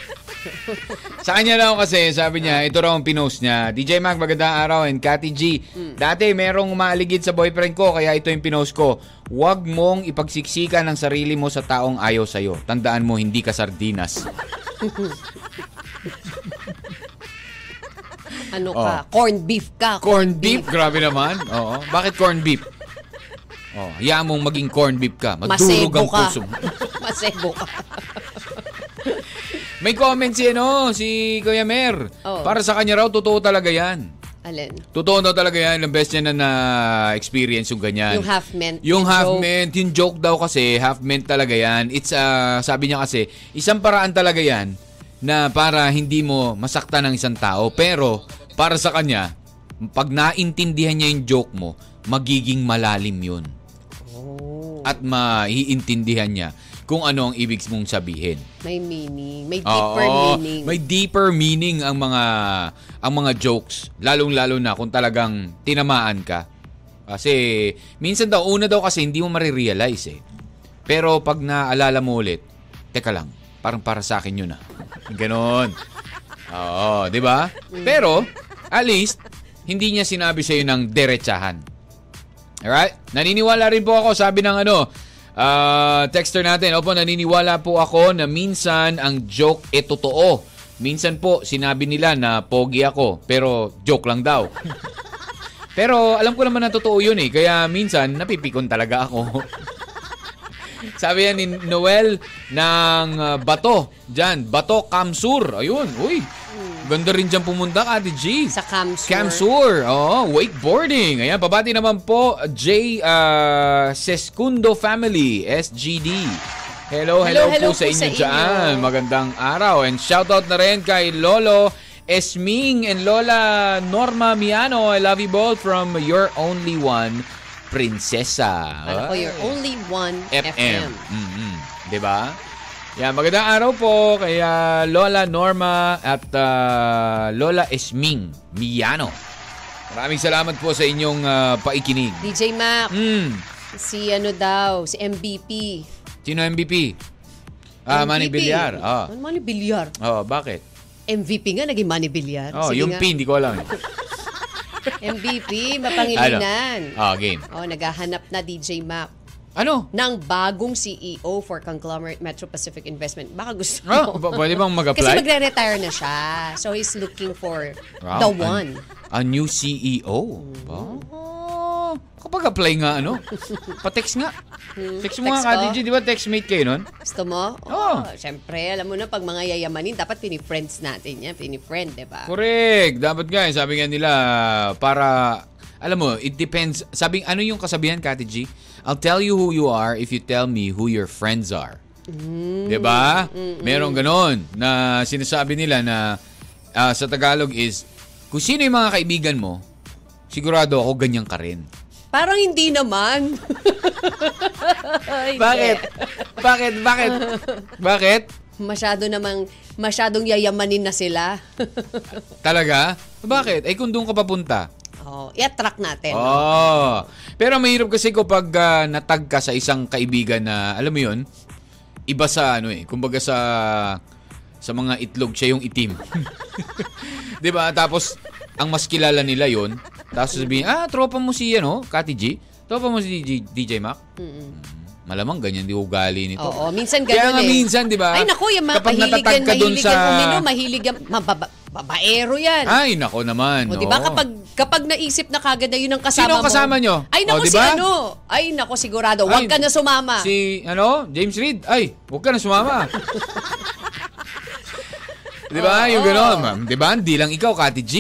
B: sa kanya lang kasi, sabi niya, ito raw ang pinost niya. DJ Mac, magandang araw. And Cathy G,
C: Hmm.
B: dati merong umaaligid sa boyfriend ko, kaya ito yung pinost ko. Huwag mong ipagsiksikan ang sarili mo sa taong ayaw sa'yo. Tandaan mo, hindi ka sardinas.
C: Ano ka? Corn beef ka.
B: Corn Oh. beef? Grabe naman. Oo. Bakit corn beef? Oh, hayaan mong maging corn beef ka. Madurog
C: Masebo
B: ang
C: ka.
B: puso mo.
C: Masebo ka.
B: May comment si ano, si Kuya Mer.
C: Oo.
B: Para sa kanya raw, totoo talaga yan.
C: Alin?
B: Totoo daw talaga yan. Ang best niya na na-experience yung ganyan.
C: Yung half-meant.
B: Yung
C: Yung joke.
B: half-meant. Yung joke daw kasi, half-meant talaga yan. It's, ah, sabi niya kasi, isang paraan talaga yan na para hindi mo masaktan ng isang tao. Pero, para sa kanya, pag naintindihan niya yung joke mo, magiging malalim yun.
C: Oh.
B: At maiintindihan niya kung ano ang ibig mong sabihin.
C: May meaning. May deeper
B: Oo,
C: meaning.
B: May deeper meaning ang mga ang mga jokes, lalong-lalo na kung talagang tinamaan ka. Kasi minsan daw una daw kasi hindi mo marirealize eh. Pero pag naalala mo ulit, teka lang, parang para sa akin 'yun ah. Ganon. Oo, 'di ba? Pero at least hindi niya sinabi sa ng derechahan. Alright? Naniniwala rin po ako, sabi ng ano, ah, texter natin, opo, naniniwala po ako na minsan ang joke e totoo. Minsan po, sinabi nila na pogi ako, pero joke lang daw. pero alam ko naman na totoo yun eh, kaya minsan napipikon talaga ako. Sabi yan ni Noel ng uh, Bato. Diyan, Bato Kamsur. Ayun, uy. Ganda rin dyan pumunta, Ate G.
C: Sa Kamsur.
B: Kamsur, oo. wakeboarding. Ayan, pabati naman po, J. Uh, Sescundo Family, SGD. Hello, hello,
C: Hello, hello
B: po sa
C: po
B: inyo
C: sa inyo.
B: dyan. Magandang araw. And shoutout na rin kay Lolo Esming and Lola Norma Miano. I love you both from Your Only One, Prinsesa.
C: Alam ko,
B: Ah.
C: you're only one
B: FM.
C: FM.
B: Mm-mm. 'Di ba? Yan, Mm-hmm. Diba? magandang araw po kay ah, Lola Norma at ah, Lola Esming Miano. Maraming salamat po sa inyong ah, paikinig.
C: DJ Mac,
B: Mm.
C: si ano daw, si MVP.
B: Sino MVP? Ah, Manny
C: MVP.
B: Villar. Ah.
C: Ano, Manny Villar?
B: Oh, bakit?
C: MVP nga, naging Manny Villar.
B: Oh,
C: Sige
B: yung
C: nga.
B: P, hindi ko alam. eh.
C: MVP,
B: Ano?
C: mapangilinan.
B: Ah, game.
C: Oh, naghahanap na DJ Mac
B: Ano?
C: ng bagong CEO for Conglomerate Metro Pacific Investment. Baka gusto
B: Ah,
C: mo.
B: ba- pwede bang mag-apply?
C: Kasi magre-retire na siya. So he's looking for
B: Wow,
C: the
B: an-
C: one.
B: A, new CEO. Ba? Oh, kapag apply nga, ano? Pa-text nga. Text mo
C: Hmm, Text
B: nga, Kati
C: ko.
B: G, di ba textmate kayo nun?
C: Gusto mo?
B: Oo.
C: Siyempre, alam mo na, pag mga yayamanin, dapat pinifriends natin yan. Pinifriend, di ba?
B: Correct. Dapat nga, eh. sabi nga nila, para, alam mo, it depends. Sabi, ano yung kasabihan, Kati G? I'll tell you who you are if you tell me who your friends are. 'Di ba? Merong ganon na sinasabi nila na ah, sa Tagalog is, kung sino yung mga kaibigan mo, sigurado ako ganyan ka rin.
C: Parang hindi naman. Hindi.
B: Bakit? Bakit? Bakit? Bakit?
C: Masyado namang, masyadong yayamanin na sila.
B: Talaga? Bakit? Ay kung doon ka papunta.
C: oh, i-attract natin.
B: Oh. Pero mahirap kasi kapag ah, natag ka sa isang kaibigan na, alam mo yun, iba sa ano eh, kumbaga sa sa mga itlog siya yung itim. 'Di ba? Tapos ang mas kilala nila yon. Tapos sabihin, ah, tropa mo si ano, Kati G. Tropa mo si DJ, DJ Mac. Hmm, Malamang ganyan di ugali nito.
C: Oo, minsan ganun
B: Kaya nga
C: eh.
B: minsan, di ba?
C: Ay naku, yung mga
B: Kapag
C: mahilig
B: natatag
C: yan,
B: ka dun
C: mahilig yan
B: sa-
C: uminom, mahilig yan, mababa, babaero yan.
B: Ay, nako naman.
C: O, di ba
B: oo.
C: kapag, kapag naisip na kagad na yun ang kasama
B: Sino
C: mo.
B: ang kasama nyo?
C: Ay
B: O,
C: naku,
B: di
C: si
B: ba?
C: ano. Ay naku, sigurado. Huwag
B: Ay,
C: ka na sumama.
B: Si, ano, James Reed. Ay, huwag ka na sumama. di ba? yung
C: Oo.
B: gano'n. ma'am. Di ba? Hindi lang ikaw, Kati G.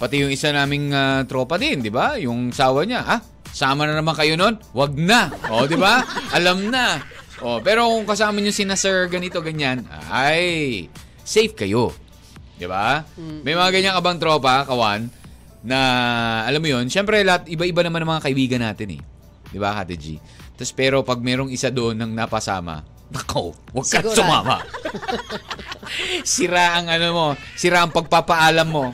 B: Pati yung isa naming ah, tropa din, di ba? Yung sawa niya. Ah, sama na naman kayo nun? Wag na. O, di ba? Alam na. O, pero kung kasama niyo sina sir ganito, ganyan, ay, safe kayo. Di ba? May mga ganyan ka bang tropa, kawan, na alam mo yun, syempre lahat, iba-iba naman ang mga kaibigan natin eh. Di ba, Kate G? Tapos pero pag merong isa doon ng napasama, nako, huwag ka
C: Sigurado.
B: sumama. sira ang ano mo, sira ang pagpapaalam mo.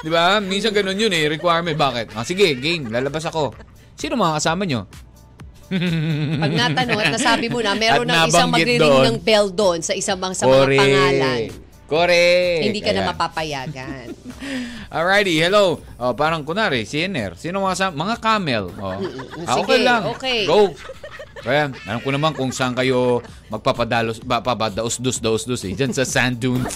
B: Di ba? Minsan ganun yun eh, requirement. Bakit? Ah, sige, game, lalabas ako. Sino mga kasama nyo?
C: Pag natanong at nasabi mo na,
B: At
C: meron ng isang
B: nabanggit
C: magriring
B: doon.
C: ng bell doon sa isang mga, sa mga pangalan.
B: Correct.
C: Hindi ka na
B: Ayan.
C: mapapayagan.
B: Alrighty, hello. Oh, parang kunari, CNR. Sino mga sa- mga camel? Oh. Ah,
C: Mm, sige,
B: okay lang.
C: okay.
B: Go. Kaya, alam ko naman kung saan kayo magpapadalos, ba, pabadaos-dos, daos-dos eh. Diyan sa sand dunes.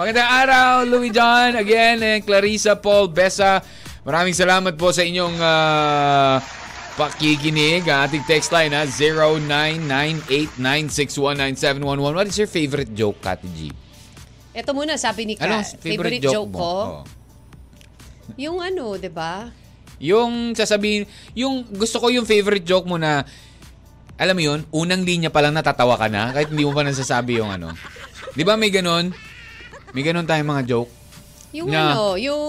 B: Magandang araw, Louis John. Again, and Clarissa Paul Besa. Maraming salamat po sa inyong ah, pakikinig. Ang ating text line, ah, ha? 0998-961-9711. What is your favorite joke, Kati G?
C: Ito muna, sabi ni Kat.
B: Anong
C: favorite, joke,
B: mo? Oh. Oo.
C: ko? Yung ano, di ba?
B: Yung sasabihin, yung gusto ko yung favorite joke mo na, alam mo yun, unang linya pa lang natatawa ka na, kahit hindi mo pa nasasabi yung ano. Di ba may ganun? May ganun tayong mga joke.
C: Yung
B: Na-
C: ano, yung...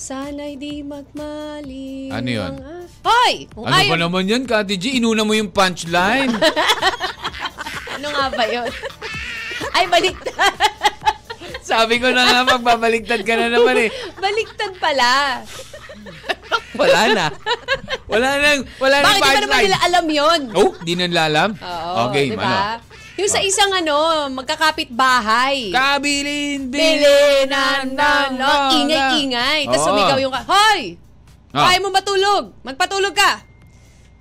C: Sana'y di magmali.
B: Ano yun?
C: ang a- Hoy! Kung
B: Ano
C: ayaw-
B: ba naman yan, Kati G? Inuna mo yung punchline.
C: Ano nga ba yun? Ay, baliktad.
B: Sabi ko na nga, magbabaligtad ka na naman eh.
C: baliktad pala.
B: Wala na. Wala na, wala na
C: Bakit di ba naman
B: punchline.
C: nila alam yun?
B: Oh, di na lalam?
C: Oo,
B: okay,
C: di ba?
B: ano?
C: Yung sa isang ano, magkakapit bahay.
B: Kabilin,
C: Bilinan ng lo- Ingay-ingay. Tapos
B: Oo.
C: sumigaw yung ka, Hoy!
B: Ah.
C: Kaya mo matulog. Magpatulog ka.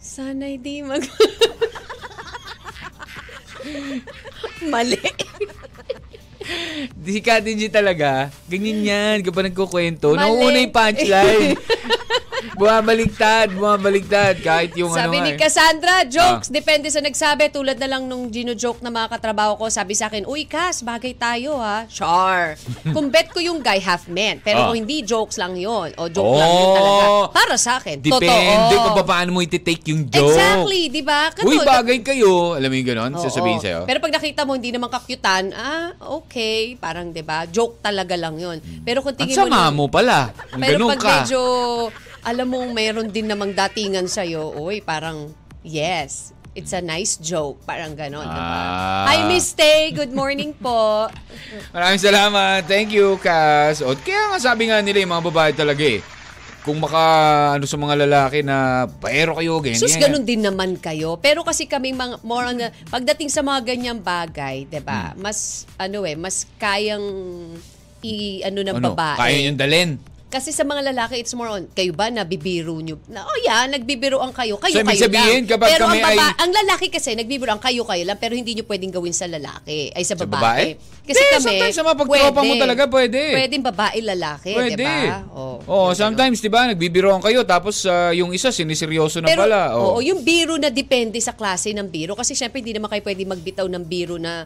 C: Sana'y di mag... Mali.
B: Si Kati G talaga, ganyan yan kapag nagkukwento.
C: Mali.
B: Nauuna yung punchline. bumabaliktad, bumabaliktad. Kahit yung
C: sabi
B: ano
C: ni
B: nga eh.
C: Cassandra, jokes, depende sa nagsabi. Tulad na lang nung gino-joke na mga katrabaho ko, sabi sa akin, Uy, Cas, bagay tayo ha. Char. Kung bet ko yung guy, half men. Pero
B: Ah.
C: kung hindi, jokes lang yon O joke lang yun talaga.
B: Oo.
C: Para sa akin,
B: Depende
C: totoo.
B: kung paano mo iti-take yung joke.
C: Exactly, di ba? Ganun,
B: Uy, bagay kayo. Alam mo yung ganon? Sasabihin
C: Oo.
B: sa'yo.
C: Pero pag nakita mo, hindi naman kakyutan, ah, okay, parang 'di ba Joke talaga lang yun. Pero kung
B: Ang
C: tingin
B: sama mo
C: mo,
B: pala. Ang
C: pero
B: ganon
C: pag
B: ka.
C: medyo, alam mo, mayroon din namang datingan sa'yo, oy, parang, yes, it's a nice joke. Parang ganon, di ba?
B: Ah.
C: Hi, Miss Tay. Good morning po.
B: Maraming salamat. Thank you, Cass. O, kaya nga sabi nga nila yung mga babae talaga eh. Kung maka ano sa mga lalaki na paero kayo, ganyan.
C: Sus,
B: ganyan.
C: ganun din naman kayo. Pero kasi kami mga, more on, the- pagdating sa mga ganyang bagay, 'di ba
B: Hmm.
C: mas, ano eh, mas kayang i, ano ng
B: Ano,
C: babae.
B: kaya yung dalin.
C: Kasi sa mga lalaki, it's more on, kayo ba nabibiro nyo? Na, oh yeah, nagbibiroan kayo. Kayo,
B: So, ibig
C: kayo
B: sabihin,
C: lang.
B: kapag
C: pero
B: kami
C: ang, baba,
B: ay-
C: ang lalaki kasi, nagbibiroan kayo, kayo lang, pero hindi nyo pwedeng gawin sa lalaki. Ay, sa
B: Sa
C: babae.
B: babae?
C: Kasi
B: Hindi,
C: kami,
B: sometimes sa mga pagtropa mo talaga, pwede.
C: Pwedeng babae, lalaki, di ba?
B: Oo,
C: Eh, diba? Oh, yun,
B: Oh, sometimes 'di ba, nagbibiroan kayo tapos ah, yung isa siniseryoso
C: ganun.
B: na
C: Pero,
B: pala. Oh.
C: oo,
B: Oo.
C: yung biro na depende sa klase ng biro. Kasi syempre, hindi naman kayo pwedeng magbitaw ng biro na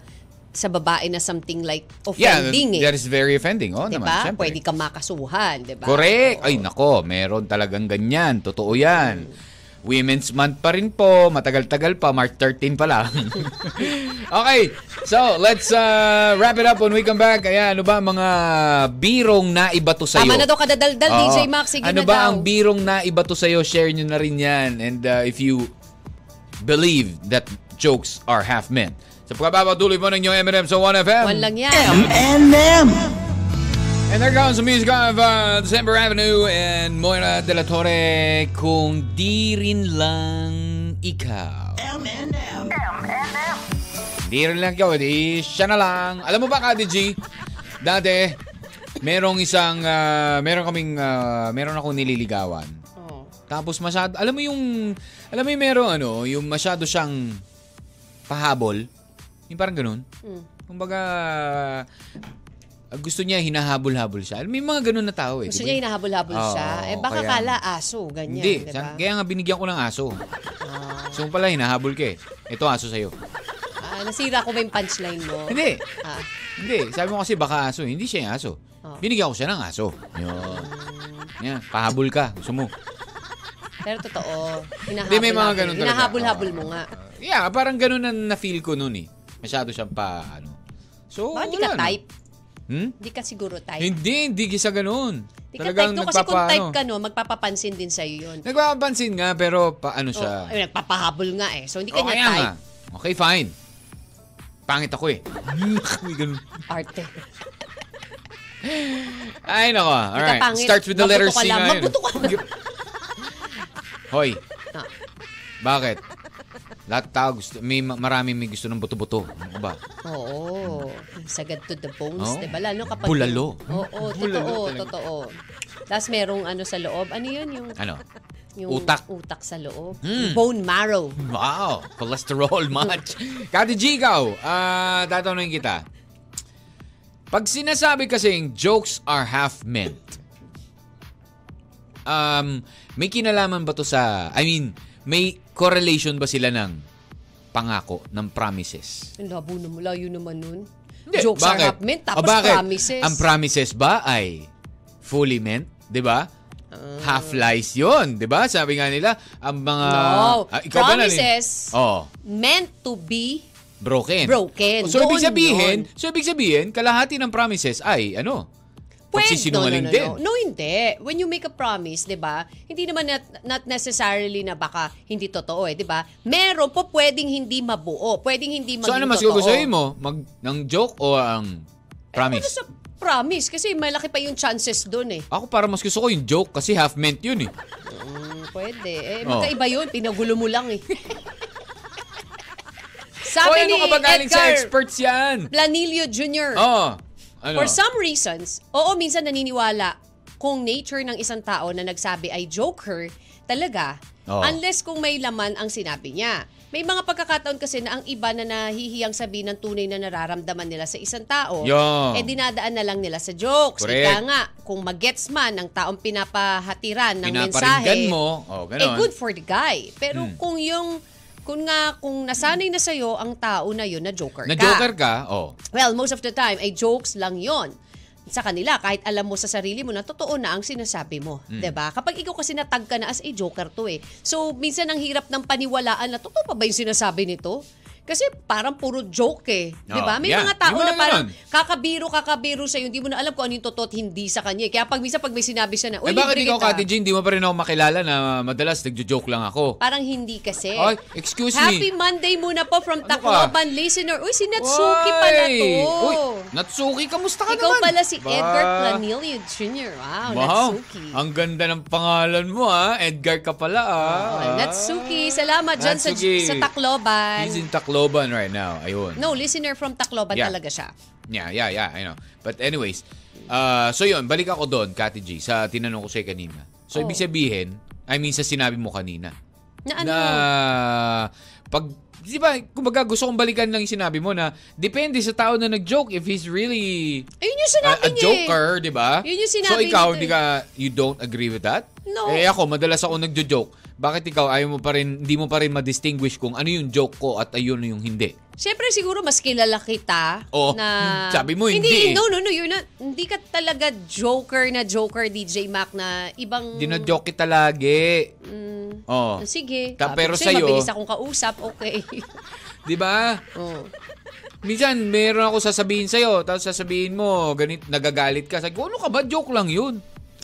C: sa babae na something like
B: yeah,
C: offending
B: that
C: eh.
B: is very offending. Oh,
C: Di
B: naman,
C: ba?
B: syempre.
C: Pwede ka makasuhan, di ba?
B: Correct.
C: Oo. Mm.
B: Ay nako, meron talagang ganyan. Totoo 'yan. Women's Month pa rin po. Matagal-tagal pa. March 13 pa lang. okay. So, let's ah, wrap it up when we come back. Ayan, ano ba ang mga birong na ibato sa'yo?
C: Tama na daw kadadaldal,
B: Oo.
C: DJ Max. Sige
B: ano
C: na
B: ba
C: daw.
B: ang birong na iba to sa'yo? Share nyo na rin yan. And uh, if you believe that jokes are half meant. Sa pagpapatuloy po ng inyong M&M sa 1FM.
C: One lang yan.
B: And there goes the music of uh, December Avenue and Moira de la Torre, Kung Di Rin Lang Ikaw. Di rin lang ikaw, di siya na lang. Alam mo ba, Kati G, dati, merong isang, ah, meron kaming, ah, meron akong nililigawan.
C: Oh.
B: Tapos masyado, alam mo yung, alam mo yung meron, ano, yung masyado siyang pahabol. Yung parang ganun.
C: Mm.
B: Kumbaga, ah, gusto niya hinahabol-habol siya. Alam mo yung mga ganun na tao eh. di
C: Gusto
B: ba?
C: niya hinahabol-habol
B: Oo,
C: siya. Eh baka
B: kaya-
C: kala aso, ganyan.
B: Hindi.
C: di
B: sa-
C: ba?
B: Kaya nga binigyan ko ng aso. So pala, hinahabol ka eh. Ito aso sa'yo.
C: Ah, nasira ko ba yung punchline mo?
B: Hindi.
C: Ah,
B: Hindi, sabi mo kasi baka aso. eh. Hindi siya yung aso.
C: Oh.
B: Binigyan ko siya ng aso. Yun.
C: Hmm.
B: Yan, pahabol ka. Gusto mo.
C: pero totoo.
B: Hindi, may mga
C: hinahabol-habol.
B: ganun talaga.
C: Hinahabol-habol
B: Oo.
C: mo nga.
B: Yeah, parang ganun ang na-feel ko noon eh. Masyado siyang pa, ano. So,
C: Baka di
B: wala
C: ka
B: na.
C: type.
B: Hmm?
C: Di ka siguro type.
B: Hindi, hindi sa ganun.
C: Di ka type. No, kasi kung
B: nagpapa-
C: type
B: ano.
C: ka no, magpapapansin din sa'yo yun.
B: Nagpapansin nga, pero paano
C: Oh,
B: siya.
C: ay, nagpapahabol nga eh. So, hindi
B: O,
C: ka niya
B: kaya nga.
C: type.
B: Okay, fine. Pangit ako eh. Uy, ganun.
C: Arte.
B: Ay, nako. Alright.
C: pangit.
B: Starts with the letter
C: Mabuto ka
B: C
C: lang.
B: nga yun.
C: Mabuto ka lang.
B: Hoy,
C: Ah,
B: Bakit? Lahat tao gusto, may ma- maraming may gusto ng buto-buto. Ano ka ba?
C: Oo. Sagad to the bones,
B: Oo.
C: di ba? Lalo kapag...
B: Bulalo.
C: Oo,
B: Bulalo
C: totoo,
B: talaga.
C: totoo. Tapos merong ano sa loob. Ano yun? Yung,
B: Ano?
C: yung
B: Utak.
C: utak sa loob.
B: Hmm.
C: Bone marrow.
B: Wow, cholesterol much. Kati G, ikaw, ah, tatanungin kita. Pag sinasabi kasing jokes are half meant, um, may kinalaman ba to sa, I mean, may correlation ba sila ng pangako, ng promises?
C: Ang labo na mula, yun naman nun.
B: Hindi,
C: Jokes
B: bakit?
C: are half meant, tapos
B: Ah, bakit?
C: promises.
B: Ang promises ba ay fully meant, 'di ba?
C: Ah.
B: half lies 'yon, 'di ba? Sabi nga nila, ang mga
C: No.
B: Ah, ikaw ba nalil-
C: Promises.
B: Oh,
C: meant to be
B: broken.
C: Broken.
B: So
C: Doon
B: ibig sabihin,
C: yun.
B: so ibig sabihin, kalahati ng promises ay ano? pagsisinungaling
C: no, no, no, no. No, hindi. When you make a promise, di ba, hindi naman not, not necessarily na baka hindi totoo eh, di ba? Meron po pwedeng hindi mabuo, pwedeng
B: din.
C: hindi maging
B: So ano mas
C: totoo.
B: gugustuhin mo? Mag ng joke o ang
C: Ano
B: promise?
C: sa promise? Kasi malaki pa yung chances doon eh.
B: Ako para mas gusto ko yung joke kasi half meant yun eh.
C: Mm, pwede. Eh,
B: Oh.
C: magkaiba yun. Pinagulo mo lang eh. Sabi
B: Hoy, ano
C: ni
B: ka ba galing sa
C: Edgar
B: experts yan?
C: Planilio Jr.
B: Oh, ano?
C: For some reasons, oo, minsan naniniwala kung nature ng isang tao na nagsabi ay joker, talaga,
B: Oo.
C: unless kung may laman ang sinabi niya. May mga pagkakataon kasi na ang iba na nahihiyang sabihin ng tunay na nararamdaman nila sa isang tao,
B: Yo.
C: eh dinadaan na lang nila sa jokes.
B: Correct.
C: Ika nga, kung magets man ang taong pinapahatiran ng
B: Pinaparinggan
C: mensahe,
B: mo. Oh, Hmm.
C: eh
B: ganon.
C: good for the guy. Pero kung yung, kung nga, kung nasanay na sa'yo ang tao na yun na joker
B: Na
C: ka.
B: joker ka? Oh.
C: Well, most of the time, ay jokes lang yon sa kanila kahit alam mo sa sarili mo na totoo na ang sinasabi mo,
B: Hmm.
C: 'di ba? Kapag ikaw kasi natag ka na as a joker to eh. So minsan ang hirap ng paniwalaan na totoo pa ba 'yung sinasabi nito? Kasi parang puro joke eh, 'di ba? May
B: Oh, yeah.
C: mga tao
B: Yung mga
C: na parang
B: ganon.
C: kakabiro kakabiro sa hindi mo na alam kung ano 'yung totoo at hindi sa kanya. eh. Kaya pag minsan pag may sinabi siya na,
B: eh
C: "Uy,
B: bakit
C: libre
B: ikaw,
C: kita,"
B: Kati Jean, di mo pa rin ako makilala na madalas nagjo-joke lang ako?
C: Parang hindi kasi.
B: Ay, excuse me.
C: Happy
B: Ano
C: Monday muna po from
B: ka?
C: Tacloban listener. Uy, si Natsuki pala to.
B: Oy! Uy, Natsuki, kamusta ka
C: Ikaw
B: naman?
C: pala si
B: Ba?
C: Edgar Planilio Jr. Wow,
B: Wow,
C: Natsuki.
B: ang ganda ng pangalan mo ha. Edgar ka pala ha.
C: Oh, Natsuki, salamat dyan
B: Ah.
C: sa,
B: Natsuki.
C: sa Tacloban.
B: He's in Tacloban right now. Ayun.
C: No, listener from Tacloban
B: Yeah.
C: talaga siya.
B: Yeah, yeah, yeah, I know. But anyways, uh, so yun, balik ako doon, Kati G, sa tinanong ko sa'yo kanina. So
C: Oh.
B: ibig sabihin, I mean sa sinabi mo kanina,
C: Na ano?
B: na pag Di ba, kumbaga gusto kong balikan lang yung sinabi mo na depende sa tao na nag-joke if he's really
C: Ayun yung
B: a,
C: sinabi
B: a
C: niya eh.
B: joker, di ba?
C: Yun yung sinabi
B: So ikaw,
C: nito eh.
B: di ka, you don't agree with that?
C: No.
B: Eh ako, madalas ako nagjo-joke. Bakit ikaw, ayaw mo pa rin, hindi mo pa rin ma-distinguish kung ano yung joke ko at ayun yung hindi?
C: Siyempre siguro mas kilala kita
B: Oo.
C: na...
B: Oh, Sabi mo, hindi eh.
C: No, no, no. You're not, hindi ka talaga joker na joker, DJ Mac, na ibang... Mm.
B: Dinajoke kita lagi. Oh.
C: Sige.
B: Ta-
C: Sabi
B: pero
C: ko sa'yo,
B: sa'yo-
C: Mabilis akong kausap, okay.
B: Di ba?
C: oh.
B: Minsan, meron ako sasabihin sa'yo, tapos sasabihin mo, ganit, nagagalit ka. Sabi ko, ano ka ba? Joke lang yun.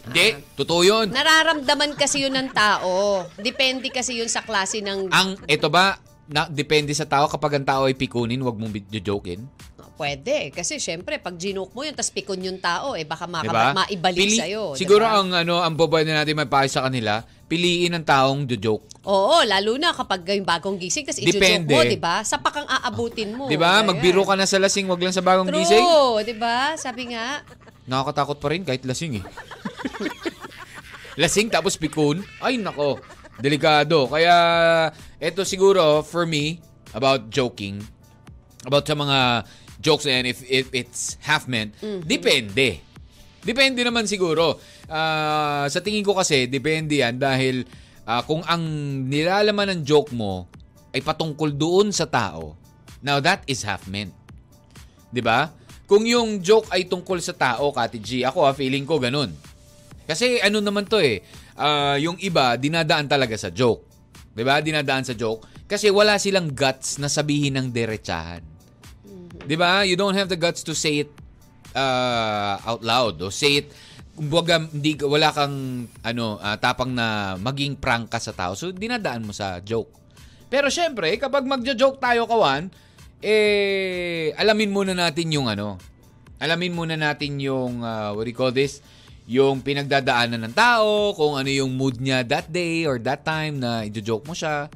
B: Hindi,
C: Ah.
B: totoo yun.
C: Nararamdaman kasi yun ng tao. Depende kasi yun sa klase ng
B: Ang, ito ba, na, depende sa tao kapag ang tao ay pikunin, wag mong jojokin.
C: Ah, Pwede. Kasi syempre, pag ginook mo yun, tapos pikon yung tao, eh baka maka-
B: Diba?
C: maibalik
B: Pili-
C: sa'yo.
B: Siguro
C: diba?
B: ang ano ang babay na natin may payo sa kanila, piliin ang taong jojoke.
C: Oo, lalo na kapag yung bagong gising, tapos i-joke
B: Depende.
C: mo, di ba? Sa pakang aabutin mo.
B: 'Di ba? Diba?
C: Ayan.
B: Magbiro ka na sa lasing, wag lang sa bagong
C: True,
B: gising.
C: di ba? Sabi nga,
B: Nakakatakot pa rin kahit lasing eh. lasing tapos pikun. Ay nako, delikado. Kaya eto siguro for me about joking, about sa mga jokes and if, if it's half meant, depende. Depende naman siguro. Ah, sa tingin ko kasi, depende yan dahil ah, kung ang nilalaman ng joke mo ay patungkol doon sa tao, now that is half meant. 'di ba? Kung yung joke ay tungkol sa tao, Kati G, ako ha, feeling ko ganun. Kasi ano naman to eh, ah, yung iba dinadaan talaga sa joke. 'Di ba? Dinadaan sa joke kasi wala silang guts na sabihin ng derechahan. 'Di ba? You don't have the guts to say it ah, out loud or say it kumbaga hindi ka- wala kang ano ah, tapang na maging prank ka sa tao. So dinadaan mo sa joke. Pero syempre, kapag magjo-joke tayo kawan, eh alamin muna natin yung ano. Alamin muna natin yung ah, what do you call this? Yung pinagdadaanan ng tao, kung ano yung mood niya that day or that time na i-joke mo siya.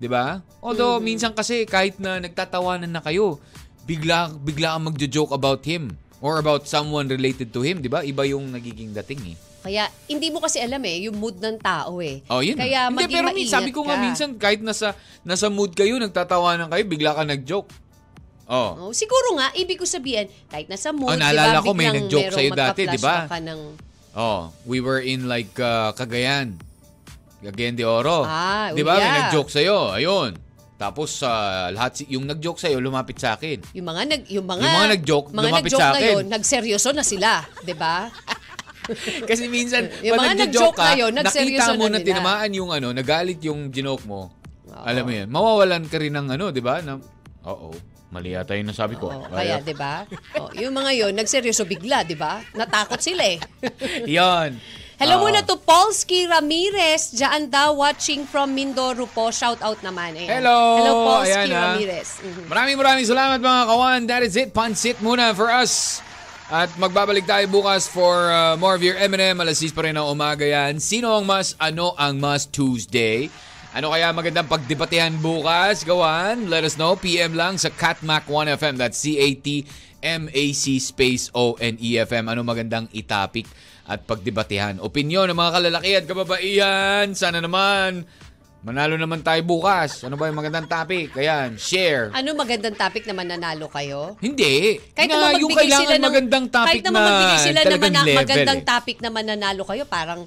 B: 'di ba? Although
C: Mm-hmm.
B: minsan kasi kahit na nagtatawanan na kayo, bigla bigla kang magjo-joke about him or about someone related to him, 'di ba? Iba yung nagiging dating eh.
C: kaya hindi mo kasi alam eh, yung mood ng tao eh.
B: Oh, yun.
C: Kaya
B: Hindi,
C: maging
B: pero minsan, sabi
C: maingat
B: ko nga
C: ka.
B: minsan kahit nasa nasa mood kayo, nagtatawanan kayo, bigla ka nag-joke. Oh.
C: Oh, siguro nga, ibig ko sabihin, kahit nasa
B: Oh,
C: mood, di ba,
B: naalala ko, may
C: biglang
B: nag-joke
C: merong
B: sa'yo dati, diba? di ba?
C: magpa-flashback ka ng,
B: Oh, we were in like uh, Cagayan. Cagayan de Oro.
C: Ah, oh,
B: 'Di ba? May
C: yeah.
B: nag-joke sa Ayun. Tapos ah, lahat si- yung nag-joke sa lumapit sa akin.
C: yung mga nag yung mga,
B: Yung mga nag-joke,
C: mga
B: lumapit
C: nag-joke
B: sa
C: na
B: akin.
C: yun, nagseryoso na sila, diba? 'di ba?
B: Kasi minsan,
C: Yung
B: pag
C: mga
B: nagjo-joke
C: nag-joke
B: ka,
C: na yun,
B: nakita
C: nagseryoso
B: mo
C: na
B: na
C: nila.
B: tinamaan yung ano, nagalit yung ginoke mo.
C: Oo.
B: Alam mo yan, mawawalan ka rin ng ano, di ba? Na, Oo, mali yata yung nasabi ko.
C: Oh, kaya 'di ba? Oh, yung mga yun, nagseryoso bigla, 'di ba? Natakot sila eh.
B: Yun. Ah.
C: Hello
B: Oo.
C: muna to Polsky Ramirez, diyan daw watching from Mindoro po. Shout out naman. Ayan.
B: Hello!
C: Hello Polsky
B: Ayan, ah.
C: Ramirez. Mhm.
B: Maraming maraming salamat mga kawan. That is it. Pansit muna for us. At magbabalik tayo bukas for uh, more of your M&M. Alas 6 pa rin ng umaga yan. Sino ang mas, ano ang mas Tuesday? Ano kaya magandang pagdebatehan bukas? Gawan, let us know. PM lang sa CatMac1FM. That's C-A-T-M-A-C space O-N-E-F-M. Ano magandang itapik at pagdebatehan? Opinyon ng mga kalalaki at kababaihan. Sana naman, manalo naman tayo bukas. Ano ba yung magandang topic? Ayan, share.
C: Ano magandang topic na mananalo kayo?
B: Hindi. na,
C: Kahit naman
B: yung
C: magbigay
B: kailangan
C: sila ng,
B: magandang topic
C: kahit naman magbigay
B: na
C: sila ng
B: talagang
C: mana-
B: level.
C: magandang
B: eh.
C: topic na mananalo kayo, parang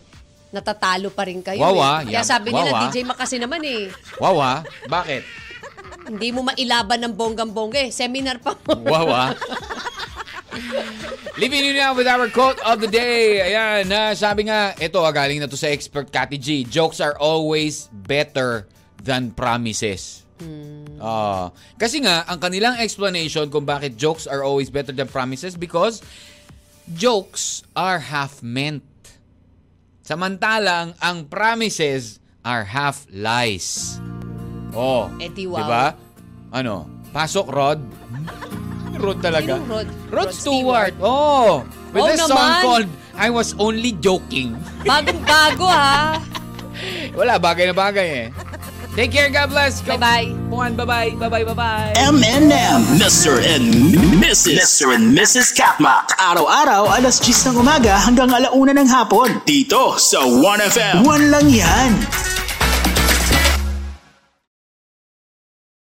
C: natatalo pa rin kayo.
B: Wawa,
C: eh. Kaya
B: yeah.
C: sabi nila,
B: Wawa.
C: DJ Makasi naman eh,
B: Wow ah. Bakit?
C: hindi mo mailaban ng bonggang-bongga eh. Seminar pa mo.
B: Wow ah. Leaving you now with our quote of the day. Ayan, na sabi nga, ito ah, galing na to sa expert Kati G. Jokes are always better than promises.
C: Hmm.
B: Ah, kasi nga, ang kanilang explanation kung bakit jokes are always better than promises because jokes are half meant. Samantalang ang promises are half lies. Oh,
C: Eh, di wow.
B: diba? Ano? Pasok, Rod. Rod talaga.
C: Sinong Rod?
B: Rod
C: Rod
B: Stewart. Oh, with
C: Oh,
B: a song
C: naman.
B: called I Was Only Joking.
C: Bagong-bago ha.
B: Wala, bagay na bagay eh. Take care, God bless.
C: Bye-bye.
B: Puan, bye-bye. Bye-bye, bye-bye.
A: M&M. Mr. and Mrs. Mr. and Mrs. Katma.
E: Araw-araw, alas 10 ng umaga hanggang alauna ng hapon.
A: Dito sa 1FM.
E: Buwan lang yan.